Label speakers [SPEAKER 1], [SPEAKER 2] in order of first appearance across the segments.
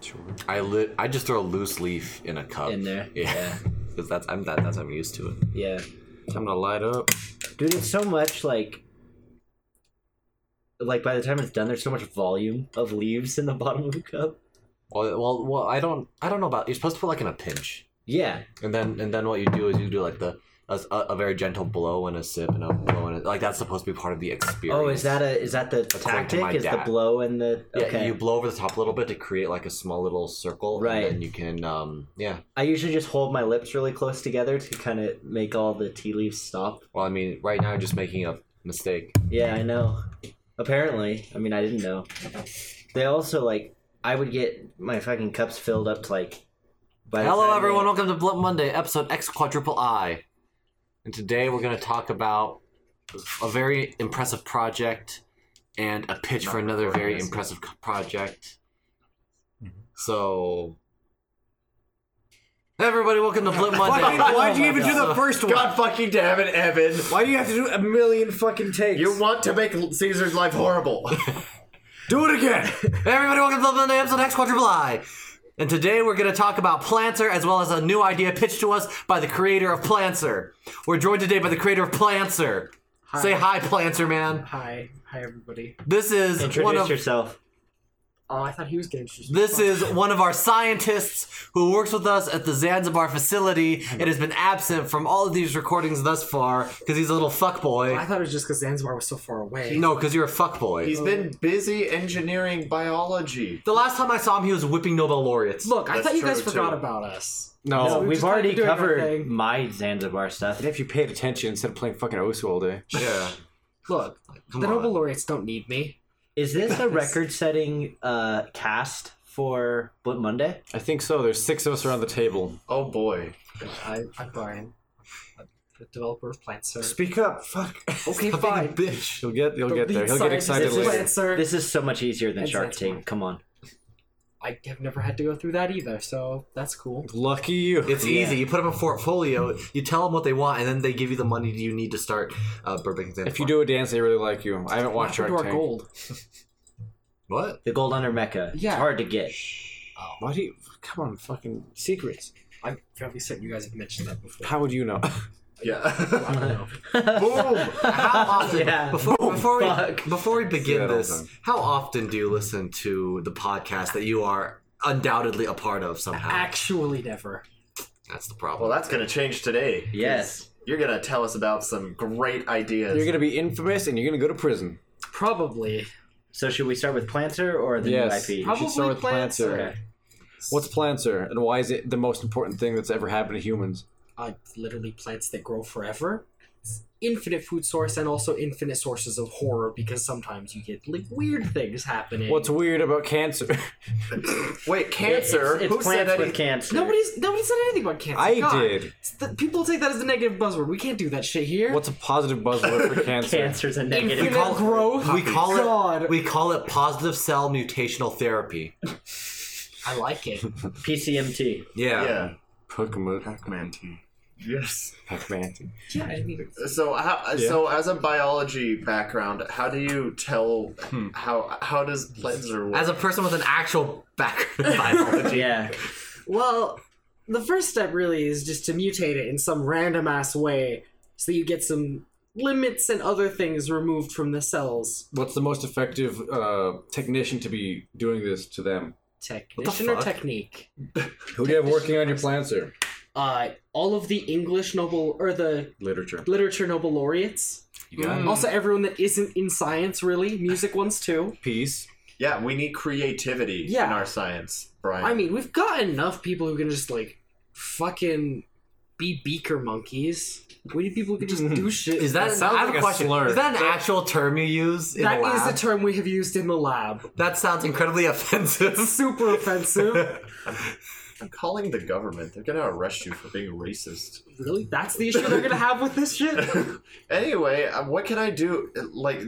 [SPEAKER 1] Sure.
[SPEAKER 2] I li- I just throw a loose leaf in a cup
[SPEAKER 3] In there,
[SPEAKER 2] Yeah,
[SPEAKER 3] yeah.
[SPEAKER 2] because that's I'm that, that's I'm used to it.
[SPEAKER 3] Yeah.
[SPEAKER 1] Time to light up.
[SPEAKER 3] Dude, it's so much like like by the time it's done, there's so much volume of leaves in the bottom of the cup.
[SPEAKER 2] Well, well, well. I don't I don't know about you're supposed to put like in a pinch,
[SPEAKER 3] Yeah.
[SPEAKER 2] and then and then what you do is you do like the a, a very gentle blow and a sip and a blow and a, like that's supposed to be part of the experience.
[SPEAKER 3] Oh, is that a is that the
[SPEAKER 2] my
[SPEAKER 3] tactic? Is the
[SPEAKER 2] dad.
[SPEAKER 3] blow and the
[SPEAKER 2] Yeah,
[SPEAKER 3] okay?
[SPEAKER 2] you blow over the top a little bit to create like a small little circle,
[SPEAKER 3] Right.
[SPEAKER 2] And then you can, um, yeah.
[SPEAKER 3] I usually just hold my lips really close together to kind of make all the tea leaves stop.
[SPEAKER 2] Well, I mean, right now you're just making a mistake.
[SPEAKER 3] Yeah, I know. Apparently, I mean, I didn't know. They also like I would get my fucking cups filled up to like. By the time
[SPEAKER 2] Hello,
[SPEAKER 3] they-
[SPEAKER 2] everyone. Welcome to Blunt Monday, episode X quadruple I. And today we're going to talk about a very impressive project and a pitch for another very impressive co- project.
[SPEAKER 1] Mm-hmm.
[SPEAKER 2] So, everybody, welcome to Blunt Monday.
[SPEAKER 1] Why'd you, why'd you even do the
[SPEAKER 2] So-
[SPEAKER 1] first one?
[SPEAKER 4] God fucking damn it, Evan.
[SPEAKER 1] Why do you have to do a million fucking takes?
[SPEAKER 4] You want to make Caesar's life horrible.
[SPEAKER 1] do it again.
[SPEAKER 2] Everybody, welcome to Blunt Monday, episode X quadruple I. And today we're going to talk about Planter as well as a new idea pitched to us by the creator of Planter. We're joined today by the creator of Planter. Say hi, Planter man.
[SPEAKER 5] Hi, hi everybody.
[SPEAKER 2] This is one
[SPEAKER 3] Introduce
[SPEAKER 2] of
[SPEAKER 3] yourself.
[SPEAKER 5] Oh, I thought he was getting introduced.
[SPEAKER 2] this is one of our scientists who works with us at the Zanzibar facility and has been absent from all of these recordings thus far because he's a little
[SPEAKER 5] I
[SPEAKER 2] fuckboy.
[SPEAKER 5] thought it was just because Zanzibar was so far away.
[SPEAKER 2] No, because you're a fuckboy.
[SPEAKER 4] He's been busy engineering biology.
[SPEAKER 2] The last time I saw him, he was whipping Nobel laureates.
[SPEAKER 5] Look, I
[SPEAKER 4] That's
[SPEAKER 5] thought you guys
[SPEAKER 4] true,
[SPEAKER 5] forgot
[SPEAKER 4] too.
[SPEAKER 5] about us.
[SPEAKER 2] Oh,
[SPEAKER 1] No.
[SPEAKER 3] No,
[SPEAKER 5] we
[SPEAKER 3] we've
[SPEAKER 5] just gotta
[SPEAKER 3] already
[SPEAKER 5] be doing our
[SPEAKER 3] covered
[SPEAKER 5] thing.
[SPEAKER 3] my Zanzibar stuff.
[SPEAKER 1] And if you paid attention instead of playing fucking Osu all day.
[SPEAKER 2] Yeah.
[SPEAKER 5] Look,
[SPEAKER 2] Come
[SPEAKER 5] the
[SPEAKER 2] on.
[SPEAKER 5] Nobel laureates don't need me.
[SPEAKER 3] Is this a record-setting uh, cast for Blunt Monday?
[SPEAKER 1] I think so. There's six of us around the table.
[SPEAKER 4] Oh boy.
[SPEAKER 5] I, I'm Brian, I'm the developer of Plant Sir.
[SPEAKER 1] Speak up. Fuck.
[SPEAKER 5] Okay,
[SPEAKER 2] Stop being a
[SPEAKER 5] fine.
[SPEAKER 2] bitch.
[SPEAKER 1] He'll get. He'll
[SPEAKER 5] The
[SPEAKER 1] get
[SPEAKER 5] lead
[SPEAKER 1] there. He'll get
[SPEAKER 5] scientist
[SPEAKER 1] excited
[SPEAKER 5] of
[SPEAKER 3] is-
[SPEAKER 1] later.
[SPEAKER 5] Plant Sir.
[SPEAKER 3] This is so much easier than
[SPEAKER 5] And
[SPEAKER 3] Shark
[SPEAKER 5] Zanzibar.
[SPEAKER 3] Tank. Come on.
[SPEAKER 5] I have never had to go through that either, so that's cool.
[SPEAKER 1] Lucky you.
[SPEAKER 2] It's easy. You put up a portfolio, you tell them what they want, and then they give you the money you need to start uh, Burbank Zanzibar.
[SPEAKER 1] If you do a dance, they really like you. I haven't
[SPEAKER 5] What
[SPEAKER 1] watched
[SPEAKER 5] happened
[SPEAKER 1] Shark
[SPEAKER 5] to our
[SPEAKER 1] Tank.
[SPEAKER 5] gold.
[SPEAKER 2] What?
[SPEAKER 3] The Gold Under Mecca. It's
[SPEAKER 5] Yeah.
[SPEAKER 3] hard to get.
[SPEAKER 1] Why do you? Come on, fucking secrets.
[SPEAKER 5] I'm fairly certain you guys have mentioned that before.
[SPEAKER 1] How would you know?
[SPEAKER 4] Yeah.
[SPEAKER 5] I don't know.
[SPEAKER 4] Boom!
[SPEAKER 2] How often?
[SPEAKER 3] Yeah.
[SPEAKER 2] Before, before
[SPEAKER 3] fuck.
[SPEAKER 2] we before we begin
[SPEAKER 1] Yeah, I don't
[SPEAKER 2] this,
[SPEAKER 1] think.
[SPEAKER 2] how often do you listen to the podcast that you are undoubtedly a part of somehow?
[SPEAKER 5] Actually, never.
[SPEAKER 2] That's the
[SPEAKER 4] Well,
[SPEAKER 2] problem.
[SPEAKER 4] that's gonna change today.
[SPEAKER 3] Yes.
[SPEAKER 4] You're gonna tell us about some great ideas.
[SPEAKER 1] You're gonna be infamous, and you're gonna go to prison.
[SPEAKER 5] Probably.
[SPEAKER 3] So should we start with Planter or the
[SPEAKER 1] Yes.
[SPEAKER 3] new IP?
[SPEAKER 1] You should start with
[SPEAKER 5] Plant
[SPEAKER 1] Plant Sir.
[SPEAKER 5] Sir.
[SPEAKER 3] Okay.
[SPEAKER 1] What's Planter, and why is it the most important thing that's ever happened to humans?
[SPEAKER 5] uh, literally plants that grow forever. It's infinite food source and also infinite sources of horror because sometimes you get like weird things happening.
[SPEAKER 1] What's weird about cancer?
[SPEAKER 4] Wait, cancer?
[SPEAKER 3] It's, it's
[SPEAKER 4] Who said
[SPEAKER 3] plants
[SPEAKER 4] that?
[SPEAKER 3] with cancer.
[SPEAKER 5] nobody's nobody said anything about cancer.
[SPEAKER 1] I
[SPEAKER 5] God.
[SPEAKER 1] did.
[SPEAKER 5] It's the- people take that as the negative buzzword. We can't do that shit here.
[SPEAKER 1] What's a positive buzzword for cancer?
[SPEAKER 3] Cancer's a
[SPEAKER 5] infinite
[SPEAKER 3] negative.
[SPEAKER 2] call-
[SPEAKER 5] growth?
[SPEAKER 2] we call
[SPEAKER 5] God.
[SPEAKER 2] it we call it positive cell mutational therapy.
[SPEAKER 5] I like it.
[SPEAKER 3] PCMT.
[SPEAKER 2] Yeah.
[SPEAKER 4] yeah.
[SPEAKER 1] Pokemon.
[SPEAKER 4] Pac-Man team. Yes.
[SPEAKER 1] Pac-Man.
[SPEAKER 5] yeah, I mean,
[SPEAKER 4] So, how,
[SPEAKER 1] Yeah.
[SPEAKER 4] so as a biology background, how do you tell
[SPEAKER 1] Hmm.
[SPEAKER 4] how how does Planzer work?
[SPEAKER 2] As a person with an actual background in biology.
[SPEAKER 3] Yeah.
[SPEAKER 5] well, the first step really is just to mutate it in some random ass way so that you get some limits and other things removed from the cells.
[SPEAKER 1] What's the most effective uh, technician to be doing this to them?
[SPEAKER 5] Technician or
[SPEAKER 2] fuck?
[SPEAKER 5] technique?
[SPEAKER 1] Who do you have working on your Planter?
[SPEAKER 5] uh, all of the English Nobel or the
[SPEAKER 1] Literature.
[SPEAKER 5] literature Nobel laureates.
[SPEAKER 1] You
[SPEAKER 2] Hmm.
[SPEAKER 1] got it?
[SPEAKER 5] Also, everyone that isn't in science really, music ones too.
[SPEAKER 1] Peace.
[SPEAKER 4] yeah, we need creativity in
[SPEAKER 5] Yeah.
[SPEAKER 4] our science, Brian.
[SPEAKER 5] I mean, we've got enough people who can just like fucking be beaker monkeys. We need people who can just do shit.
[SPEAKER 2] Is that,
[SPEAKER 1] That sounds
[SPEAKER 2] I have
[SPEAKER 1] like
[SPEAKER 2] a
[SPEAKER 1] a
[SPEAKER 2] question.
[SPEAKER 1] slur.
[SPEAKER 2] Is that an actual term you use in
[SPEAKER 5] that
[SPEAKER 2] the lab?
[SPEAKER 5] is a term we have used in the lab.
[SPEAKER 2] that sounds incredibly offensive.
[SPEAKER 5] Super offensive.
[SPEAKER 4] I'm calling the government. They're gonna arrest you for being racist.
[SPEAKER 5] really? That's the issue they're gonna have with this shit?
[SPEAKER 4] anyway, um, what can I do? Like,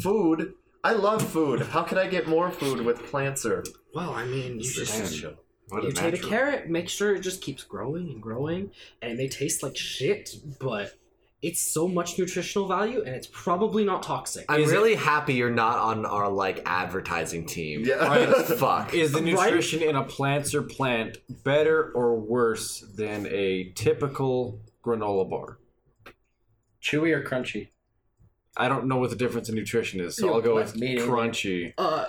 [SPEAKER 4] food. I love food. How can I get more food with Plancer?
[SPEAKER 5] Well, I mean, you just
[SPEAKER 2] What
[SPEAKER 5] You take a carrot, make sure it just keeps growing and growing, and it may taste like shit, but it's so much nutritional value and it's probably not toxic.
[SPEAKER 2] I'm
[SPEAKER 1] Is it-
[SPEAKER 2] really happy you're not on our like advertising team.
[SPEAKER 4] Yeah.
[SPEAKER 2] Right, Fuck.
[SPEAKER 1] Is the
[SPEAKER 5] Right?
[SPEAKER 1] nutrition in a planter plant better or worse than a typical granola bar?
[SPEAKER 6] Chewy or crunchy?
[SPEAKER 1] I don't know what the difference in nutrition is, so I'll go with
[SPEAKER 3] me neither.
[SPEAKER 1] crunchy.
[SPEAKER 5] uh,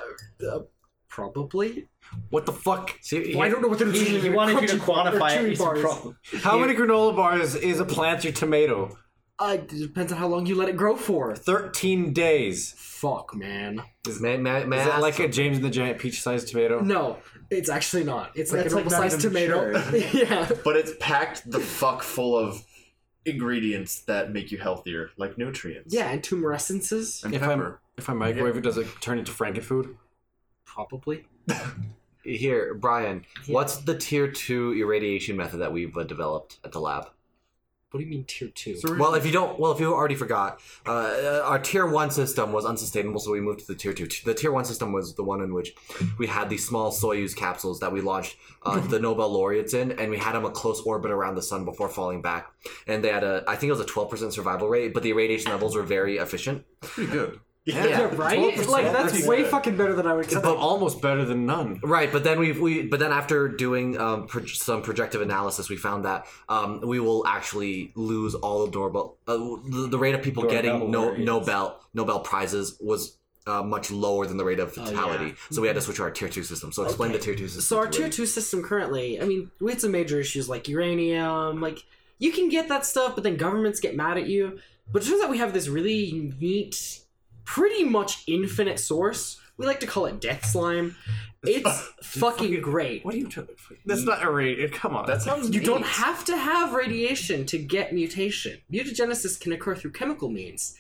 [SPEAKER 5] uh, probably.
[SPEAKER 2] What the fuck? See,
[SPEAKER 1] Well, I don't know what the
[SPEAKER 6] He,
[SPEAKER 1] nutrition
[SPEAKER 6] he
[SPEAKER 1] is.
[SPEAKER 6] wanted you to
[SPEAKER 5] Crunchy or
[SPEAKER 6] quantify it.
[SPEAKER 5] chewy
[SPEAKER 6] It's a
[SPEAKER 5] bars.
[SPEAKER 6] problem.
[SPEAKER 1] How many granola bars is a planter tomato?
[SPEAKER 5] Uh, it depends on how long you let it grow for.
[SPEAKER 1] 13 days.
[SPEAKER 5] Fuck, man.
[SPEAKER 2] may, may, may
[SPEAKER 1] Is
[SPEAKER 2] I
[SPEAKER 1] that
[SPEAKER 2] ask
[SPEAKER 1] like a James and the Giant peach sized tomato?
[SPEAKER 5] No, it's actually not. It's like
[SPEAKER 3] That's,
[SPEAKER 5] a
[SPEAKER 3] like,
[SPEAKER 5] normal
[SPEAKER 3] not
[SPEAKER 5] sized
[SPEAKER 3] even
[SPEAKER 5] tomato. yeah.
[SPEAKER 4] but it's packed the fuck full of ingredients that make you healthier, like nutrients.
[SPEAKER 5] Yeah, and tumescences?
[SPEAKER 4] And
[SPEAKER 1] If I'm
[SPEAKER 4] pepper.
[SPEAKER 1] if I microwave it, does it turn into frankenfood?
[SPEAKER 5] Probably.
[SPEAKER 2] here, Brian? What's the tier two irradiation method that we've uh, developed at the lab?
[SPEAKER 5] What do you mean tier two?
[SPEAKER 2] Well, if you don't, well, if you already forgot, uh, uh, our tier one system was unsustainable, so we moved to the tier two. The tier one system was the one in which we had these small Soyuz capsules that we launched uh, the Nobel laureates in, and we had them a close orbit around the sun before falling back. And they had a, I think it was a twelve percent survival rate, but the irradiation levels were very efficient.
[SPEAKER 1] Pretty good.
[SPEAKER 4] Yeah.
[SPEAKER 5] yeah, right? Like that's way fucking better than I would expect.
[SPEAKER 1] But almost better than none.
[SPEAKER 2] Right, but then we we but then after doing um, pro- some projective analysis, we found that um, we will actually lose all the Nobel uh, the, the rate of people
[SPEAKER 6] Nobel
[SPEAKER 2] getting no,
[SPEAKER 6] laureates.
[SPEAKER 2] Nobel Nobel prizes was uh, much lower than the rate
[SPEAKER 5] Oh,
[SPEAKER 2] of fatality. So we had to switch to our tier two system. So explain the tier two system.
[SPEAKER 5] Mm-hmm. So our
[SPEAKER 2] to
[SPEAKER 5] tier
[SPEAKER 2] Willie.
[SPEAKER 5] two system currently, I mean, we had some major issues like uranium, like you can get that stuff, but then governments get mad at you. But it turns out we have this really neat, pretty much infinite source. We like to call it death slime. It's fucking great.
[SPEAKER 1] What are you doing? That's not irradiated. Come on.
[SPEAKER 4] That sounds
[SPEAKER 5] You don't
[SPEAKER 4] neat.
[SPEAKER 5] have to have radiation to get mutation. Mutagenesis can occur through chemical means.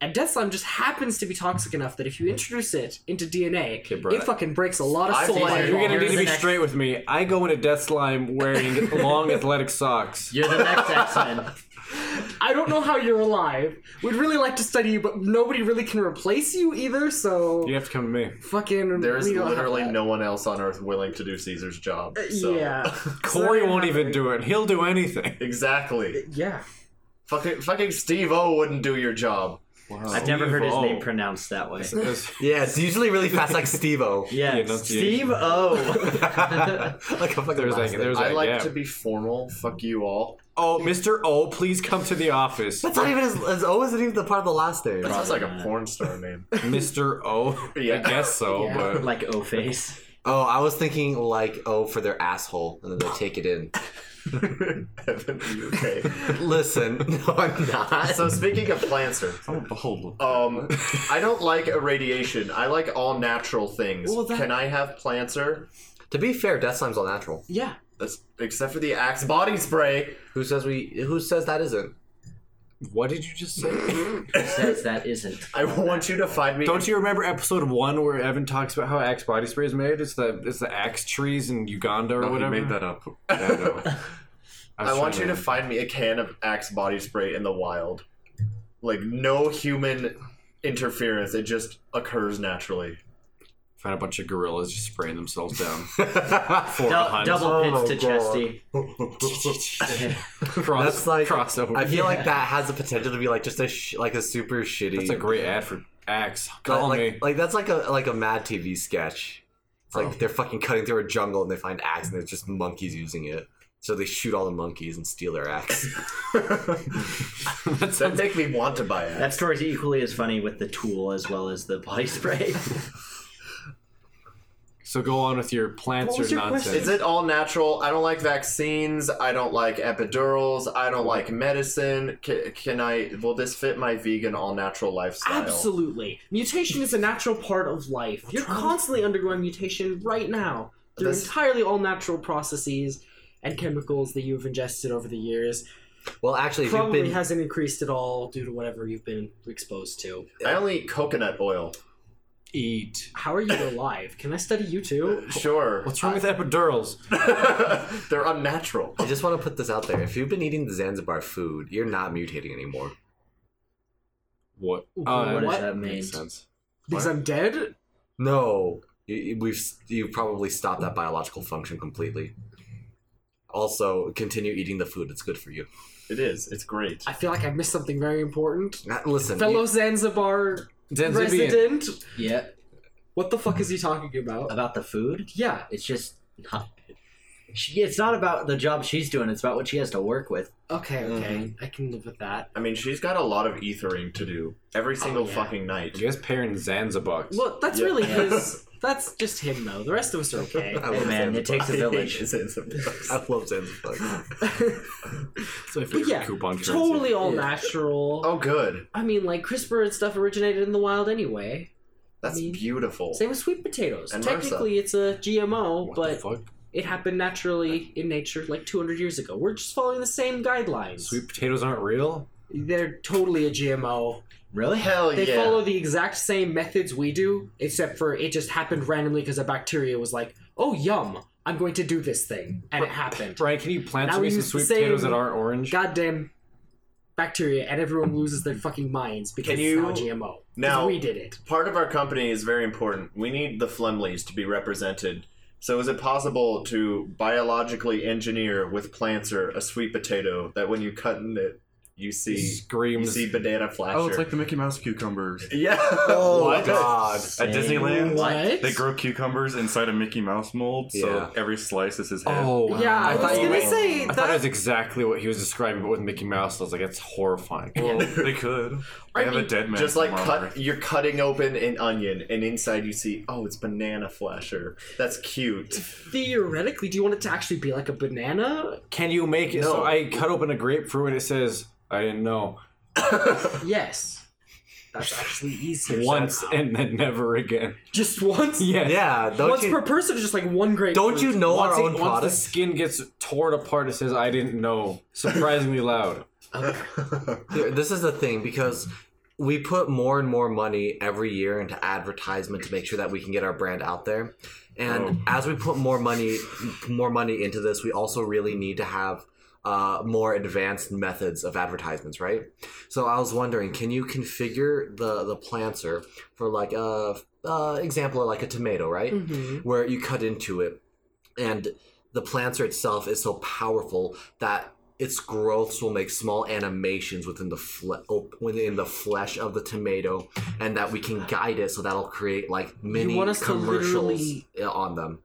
[SPEAKER 5] And death slime just happens to be toxic enough that if you introduce it into DNA,
[SPEAKER 1] Brian.
[SPEAKER 5] it fucking breaks a lot of
[SPEAKER 4] I
[SPEAKER 5] soul.
[SPEAKER 4] feel like
[SPEAKER 5] iron
[SPEAKER 1] You're gonna
[SPEAKER 5] bonds.
[SPEAKER 1] need to be straight with me. I go into death slime wearing long athletic socks.
[SPEAKER 3] You're the next X-Men.
[SPEAKER 5] I don't know how you're alive. We'd really like to study you, but nobody really can replace you either. So
[SPEAKER 1] You have to come to me.
[SPEAKER 5] fucking.
[SPEAKER 4] There is
[SPEAKER 5] we don't have
[SPEAKER 4] literally
[SPEAKER 5] that. Uh,
[SPEAKER 4] no one else on Earth willing to do Caesar's job. So.
[SPEAKER 5] Yeah.
[SPEAKER 1] Corey won't even do it. He'll do anything.
[SPEAKER 4] Exactly.
[SPEAKER 5] Yeah.
[SPEAKER 4] Fucking, fucking Steve O wouldn't do your job.
[SPEAKER 3] I've never heard his
[SPEAKER 1] Steve-O.
[SPEAKER 3] name pronounced that way.
[SPEAKER 2] yeah, it's usually really fast, like Steve-O.
[SPEAKER 3] Yeah,
[SPEAKER 1] enunciation.
[SPEAKER 3] Steve O.
[SPEAKER 2] like a fucking
[SPEAKER 1] There's like,
[SPEAKER 2] last name.
[SPEAKER 1] there's
[SPEAKER 4] I
[SPEAKER 1] like,
[SPEAKER 4] like
[SPEAKER 1] yeah.
[SPEAKER 4] to be formal. Fuck you all.
[SPEAKER 1] Oh, Mr. O, please come to the office.
[SPEAKER 2] That's not even his, his O isn't even the part of the last name.
[SPEAKER 4] That sounds like a porn star name.
[SPEAKER 1] Mr. O. I
[SPEAKER 4] Yeah.
[SPEAKER 1] guess so,
[SPEAKER 5] Yeah.
[SPEAKER 1] but
[SPEAKER 3] like O face.
[SPEAKER 2] Oh, I was thinking like O for their asshole, and then they take it in.
[SPEAKER 4] Evan, are you okay?
[SPEAKER 2] Listen, no, I'm not.
[SPEAKER 4] So speaking of planter, um, I don't like irradiation. I like all natural things.
[SPEAKER 5] Well, that-
[SPEAKER 4] Can I have planter?
[SPEAKER 2] To be fair, death slime's all natural.
[SPEAKER 5] Yeah.
[SPEAKER 4] That's except for the axe body spray.
[SPEAKER 2] Who says we? Who says that isn't?
[SPEAKER 1] what did you just say?
[SPEAKER 3] Says that isn't.
[SPEAKER 4] I want you to find me.
[SPEAKER 1] Don't you remember episode one where Evan talks about how axe body spray is made? It's the it's the axe trees in Uganda or whatever. made that up.
[SPEAKER 4] I want you to find me a can of axe body spray in the wild. Like no human interference. It just occurs naturally.
[SPEAKER 1] find a bunch of gorillas just spraying themselves down.
[SPEAKER 2] That's
[SPEAKER 1] For a
[SPEAKER 3] Dou-
[SPEAKER 1] hunt.
[SPEAKER 3] double
[SPEAKER 2] Oh
[SPEAKER 3] pitch to
[SPEAKER 2] my God.
[SPEAKER 3] chesty.
[SPEAKER 1] Cross,
[SPEAKER 2] like
[SPEAKER 1] crossover.
[SPEAKER 2] I feel like that has the potential to be like just a sh- like a super shitty.
[SPEAKER 1] That's a great ad for axe.
[SPEAKER 2] like,
[SPEAKER 1] Call
[SPEAKER 2] like,
[SPEAKER 1] me.
[SPEAKER 2] like that's like a like a Mad TV sketch. It's
[SPEAKER 1] Oh.
[SPEAKER 2] like they're fucking cutting through a jungle and they find axe and there's just monkeys using it. So they shoot all the monkeys and steal their axe.
[SPEAKER 1] That's
[SPEAKER 4] That make me want to buy it.
[SPEAKER 3] That story's equally as funny with the tool as well as the body spray.
[SPEAKER 1] So go on with your plants
[SPEAKER 5] What
[SPEAKER 1] or
[SPEAKER 5] was your
[SPEAKER 1] nonsense.
[SPEAKER 5] question?
[SPEAKER 4] Is it all natural? I don't like vaccines. I don't like epidurals. I don't like medicine. Can, can I? Will this fit my vegan all natural lifestyle?
[SPEAKER 5] Absolutely. Mutation is a natural part of life. You're constantly undergoing mutation right now through
[SPEAKER 4] This-
[SPEAKER 5] entirely all natural processes and chemicals that you've ingested over the years.
[SPEAKER 2] Well, actually, if you've
[SPEAKER 5] Probably
[SPEAKER 2] been
[SPEAKER 5] hasn't increased at all due to whatever you've been exposed to.
[SPEAKER 4] I only eat coconut oil.
[SPEAKER 1] Eat.
[SPEAKER 5] How are you alive? Can I study you too?
[SPEAKER 4] Sure.
[SPEAKER 1] What's wrong with epidurals?
[SPEAKER 4] They're unnatural.
[SPEAKER 2] I just want to put this out there. If you've been eating the Zanzibar food, you're not mutating anymore.
[SPEAKER 1] What? Uh,
[SPEAKER 3] what
[SPEAKER 5] What
[SPEAKER 1] that
[SPEAKER 3] does that mean?
[SPEAKER 1] makes sense.
[SPEAKER 5] Because I'm dead?
[SPEAKER 2] No, You- you, we've you probably stopped that biological function completely. Also, continue eating the food; it's good for you.
[SPEAKER 4] It is. It's great.
[SPEAKER 5] I feel like I missed something very important.
[SPEAKER 2] Uh, Listen,
[SPEAKER 5] Fellow Zanzibar
[SPEAKER 1] Zanzibian.
[SPEAKER 5] resident.
[SPEAKER 3] Yeah.
[SPEAKER 5] What the fuck is he talking about?
[SPEAKER 3] About the food,
[SPEAKER 5] Yeah.
[SPEAKER 3] it's just not. She, it's not about the job she's doing. It's about what she has to work with.
[SPEAKER 5] Okay. Okay. I can live with that.
[SPEAKER 4] I mean, she's got a lot of ethering to do every single
[SPEAKER 5] Oh, yeah.
[SPEAKER 4] fucking night.
[SPEAKER 1] You guys pairing Zanzibucks.
[SPEAKER 5] Well, that's
[SPEAKER 4] Yeah.
[SPEAKER 5] really his. That's just him, though. The rest of us are okay.
[SPEAKER 2] I
[SPEAKER 3] Hey
[SPEAKER 2] love
[SPEAKER 3] man, it takes a village.
[SPEAKER 4] It's in some books.
[SPEAKER 2] I love Zanzibar.
[SPEAKER 1] It's my favorite
[SPEAKER 5] yeah,
[SPEAKER 1] coupon currency.
[SPEAKER 5] totally all natural.
[SPEAKER 4] oh, good.
[SPEAKER 5] I mean, like CRISPR and stuff originated in the wild anyway.
[SPEAKER 4] That's
[SPEAKER 5] Me.
[SPEAKER 4] beautiful.
[SPEAKER 5] Same with sweet potatoes.
[SPEAKER 4] And MRSA.
[SPEAKER 5] Technically, it's a GMO,
[SPEAKER 1] What the
[SPEAKER 5] but
[SPEAKER 1] fuck?
[SPEAKER 5] it happened naturally in nature like 200 years ago. We're just following the same guidelines.
[SPEAKER 1] Sweet potatoes aren't real?
[SPEAKER 5] They're totally a GMO.
[SPEAKER 3] Really?
[SPEAKER 4] Hell
[SPEAKER 5] They
[SPEAKER 4] yeah.
[SPEAKER 5] follow the exact same methods we do, except for it just happened randomly because a bacteria was like, "Oh yum, I'm going to do this thing," and it happened.
[SPEAKER 1] Brian, can you plant
[SPEAKER 5] Now
[SPEAKER 1] some
[SPEAKER 5] we
[SPEAKER 1] some
[SPEAKER 5] use the
[SPEAKER 1] sweet potatoes
[SPEAKER 5] same-
[SPEAKER 1] that aren't orange?
[SPEAKER 5] Goddamn bacteria, and everyone loses their fucking minds because
[SPEAKER 4] Can
[SPEAKER 5] it's now
[SPEAKER 4] you-
[SPEAKER 5] GMO. 'Cause
[SPEAKER 4] Now-
[SPEAKER 5] we did it.
[SPEAKER 4] Part of our company is very important. We need the Flemleys to be represented. So, is it possible to biologically engineer with Plancer a sweet potato that when you cut in it, you see you
[SPEAKER 1] Screams.
[SPEAKER 4] see banana flasher?
[SPEAKER 7] Oh, it's like the Mickey Mouse cucumbers.
[SPEAKER 4] yeah.
[SPEAKER 2] Oh
[SPEAKER 4] What?
[SPEAKER 2] God!
[SPEAKER 7] At Disneyland,
[SPEAKER 5] What?
[SPEAKER 7] they grow cucumbers inside a Mickey Mouse mold,
[SPEAKER 1] Yeah.
[SPEAKER 7] so every slice is his head.
[SPEAKER 1] Oh,
[SPEAKER 5] Yeah, I,
[SPEAKER 1] I
[SPEAKER 5] was
[SPEAKER 1] thought you
[SPEAKER 5] gonna
[SPEAKER 1] meant-
[SPEAKER 5] say
[SPEAKER 1] I
[SPEAKER 5] that.
[SPEAKER 1] thought it was exactly what he was describing, but with Mickey Mouse. I was like, that's horrifying.
[SPEAKER 7] Well, they could. They
[SPEAKER 5] I
[SPEAKER 7] have
[SPEAKER 5] mean,
[SPEAKER 7] a dead man.
[SPEAKER 4] Just like
[SPEAKER 7] tomorrow.
[SPEAKER 4] cut, you're cutting open an onion, and inside you see, oh, it's banana flasher. That's cute.
[SPEAKER 5] Theoretically, do you want it to actually be like a banana?
[SPEAKER 1] Can you make it? So
[SPEAKER 4] No.
[SPEAKER 1] I cut open a grapefruit and it says, I didn't know.
[SPEAKER 5] Yes. That's actually easier.
[SPEAKER 1] Once
[SPEAKER 5] somehow.
[SPEAKER 1] and then never again.
[SPEAKER 5] just once.
[SPEAKER 1] Yes.
[SPEAKER 2] Yeah, don't
[SPEAKER 5] Once per
[SPEAKER 2] you,
[SPEAKER 5] person, just like one grape.
[SPEAKER 2] don't you know
[SPEAKER 1] Once,
[SPEAKER 2] our
[SPEAKER 1] it-
[SPEAKER 2] own
[SPEAKER 1] once the
[SPEAKER 2] products?
[SPEAKER 1] skin gets torn apart, it says, I didn't know. Surprisingly loud.
[SPEAKER 2] Here, This is the thing because we put more and more money every year into advertisement to make sure that we can get our brand out there. And as we put more money, more money into this, we also really need to have uh, more advanced methods of advertisements, right? So I was wondering, can you configure the the planter for like a uh, example of like a tomato, right?
[SPEAKER 5] Mhm.
[SPEAKER 2] where you cut into it and the planter itself is so powerful that its growths will make small animations within the fle- op- within the flesh of the tomato and that we can guide it so that'll create like mini
[SPEAKER 5] want us to
[SPEAKER 2] commercials uh,
[SPEAKER 5] literally-
[SPEAKER 2] on them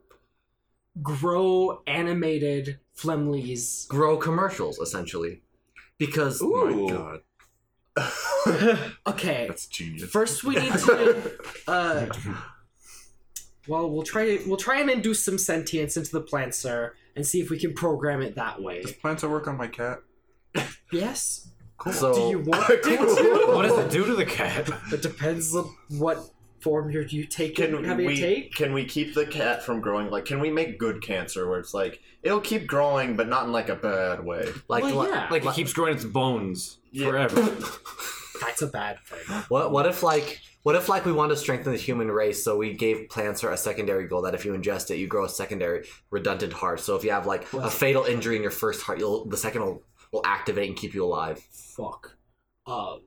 [SPEAKER 5] grow animated Flemleys.
[SPEAKER 2] grow commercials essentially because
[SPEAKER 7] Oh my god,
[SPEAKER 5] Okay,
[SPEAKER 7] that's genius.
[SPEAKER 5] first we need to. Uh, well, we'll try we'll try and induce some sentience into the plant, sir, and see if we can program it that way.
[SPEAKER 7] Does Planter work on my cat?
[SPEAKER 5] Yes.
[SPEAKER 2] so
[SPEAKER 5] Do you want it to?
[SPEAKER 1] What does it do to the cat?
[SPEAKER 5] It depends on what form you're you take it,
[SPEAKER 4] can
[SPEAKER 5] have
[SPEAKER 4] we
[SPEAKER 5] it take.
[SPEAKER 4] can we keep the cat from growing? Like, can we make good cancer where it's like it'll keep growing, but not in like a bad way?
[SPEAKER 2] like
[SPEAKER 5] well,
[SPEAKER 2] like-
[SPEAKER 5] yeah.
[SPEAKER 1] Like, it keeps growing its bones forever.
[SPEAKER 5] That's a bad thing.
[SPEAKER 2] What what if like what if like we want to strengthen the human race, so we gave Plancer a secondary goal that if you ingest it, you grow a secondary redundant heart. So if you have like a fatal injury in your first heart, you'll the second will, will activate and keep you alive.
[SPEAKER 5] Fuck. Uh,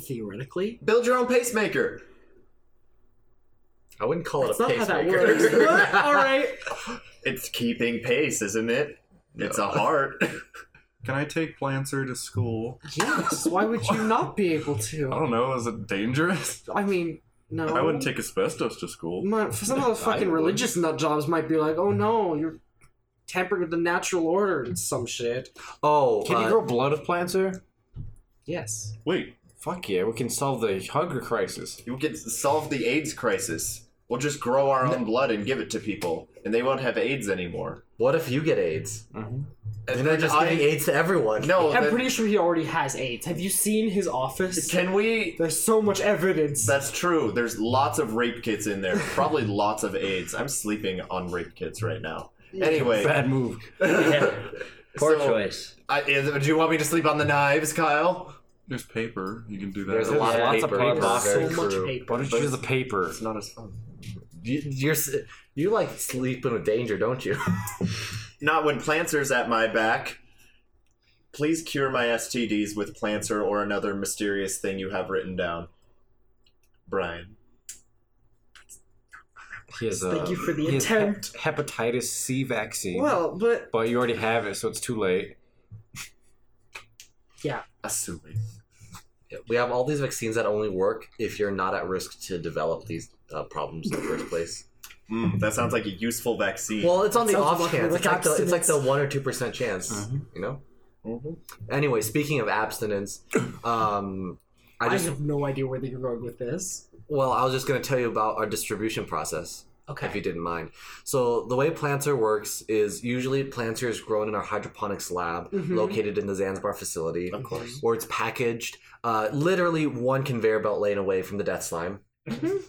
[SPEAKER 5] theoretically,
[SPEAKER 4] Build your own pacemaker.
[SPEAKER 2] I wouldn't call
[SPEAKER 5] that's
[SPEAKER 2] it a
[SPEAKER 5] not how that
[SPEAKER 2] pacemaker.
[SPEAKER 5] works. What? All right.
[SPEAKER 4] It's keeping pace, isn't it? It's a heart.
[SPEAKER 7] Can I take Planter to school?
[SPEAKER 5] Yes. Why would you not be able to?
[SPEAKER 7] I don't know. Is it dangerous?
[SPEAKER 5] I mean, no.
[SPEAKER 7] I wouldn't take asbestos to school.
[SPEAKER 5] My, for some of the fucking
[SPEAKER 7] would.
[SPEAKER 5] religious nut jobs might be like, oh no, you're tampering with the natural order and some shit.
[SPEAKER 2] Oh,
[SPEAKER 1] Can you
[SPEAKER 2] uh,
[SPEAKER 1] grow blood of planter?
[SPEAKER 5] Yes.
[SPEAKER 7] Wait,
[SPEAKER 1] Fuck yeah, we can solve the hunger crisis.
[SPEAKER 4] You can solve the AIDS crisis. We'll just grow our own blood and give it to people, and they won't have AIDS anymore.
[SPEAKER 2] what if you get AIDS?
[SPEAKER 4] And
[SPEAKER 2] Then they're just giving AIDS to everyone.
[SPEAKER 4] No,
[SPEAKER 5] I'm
[SPEAKER 4] then-
[SPEAKER 5] pretty sure he already has AIDS. Have you seen his office?
[SPEAKER 4] can we?
[SPEAKER 5] There's so much evidence.
[SPEAKER 4] That's true. There's lots of rape kits in there. Probably lots of AIDS. I'm sleeping on rape kits right now. Anyway,
[SPEAKER 1] Bad move.
[SPEAKER 3] Poor
[SPEAKER 4] So-
[SPEAKER 3] choice.
[SPEAKER 4] I, is- do you want me to sleep on the knives, Kyle?
[SPEAKER 7] there's paper. You can do that.
[SPEAKER 2] There's a lot
[SPEAKER 3] Yeah,
[SPEAKER 2] of
[SPEAKER 1] lots of
[SPEAKER 2] paper.
[SPEAKER 1] paper.
[SPEAKER 2] That's
[SPEAKER 5] so
[SPEAKER 2] very
[SPEAKER 5] much
[SPEAKER 2] true.
[SPEAKER 5] paper.
[SPEAKER 1] Why don't you use the paper?
[SPEAKER 4] It's not as fun.
[SPEAKER 2] You, you're s- you like sleeping with danger, don't you?
[SPEAKER 4] Not when Plancer's at my back. Please cure my STDs with Plancer or another mysterious thing you have written down. Brian.
[SPEAKER 1] He has, uh,
[SPEAKER 5] Thank you for the
[SPEAKER 1] he has hep-
[SPEAKER 5] attempt.
[SPEAKER 1] hepatitis C vaccine.
[SPEAKER 5] Well, but
[SPEAKER 1] but you already have it, so it's too late.
[SPEAKER 4] Assuming.
[SPEAKER 2] We have all these vaccines that only work if you're not at risk to develop these uh, problems in the first place.
[SPEAKER 4] Mm, that sounds like a useful vaccine.
[SPEAKER 2] Well, it's on the
[SPEAKER 5] Sounds
[SPEAKER 2] off
[SPEAKER 5] like
[SPEAKER 2] chance.
[SPEAKER 5] like
[SPEAKER 2] It's like, the, it's like the
[SPEAKER 5] abstinence. Mm-hmm.
[SPEAKER 2] one or two percent chance. You know.
[SPEAKER 4] Mhm.
[SPEAKER 2] Anyway, speaking of abstinence, um, I
[SPEAKER 5] I,
[SPEAKER 2] just
[SPEAKER 5] have no idea where you're going with this.
[SPEAKER 2] well, I was just going to tell you about our distribution process.
[SPEAKER 5] Okay.
[SPEAKER 2] if you didn't mind. So the way Planter works is usually Planter is grown in our hydroponics lab
[SPEAKER 5] Mhm.
[SPEAKER 2] located in the Zanzibar facility,
[SPEAKER 4] of course.
[SPEAKER 2] where it's packaged uh, literally one conveyor belt lane away from the death slime.
[SPEAKER 5] Mhm.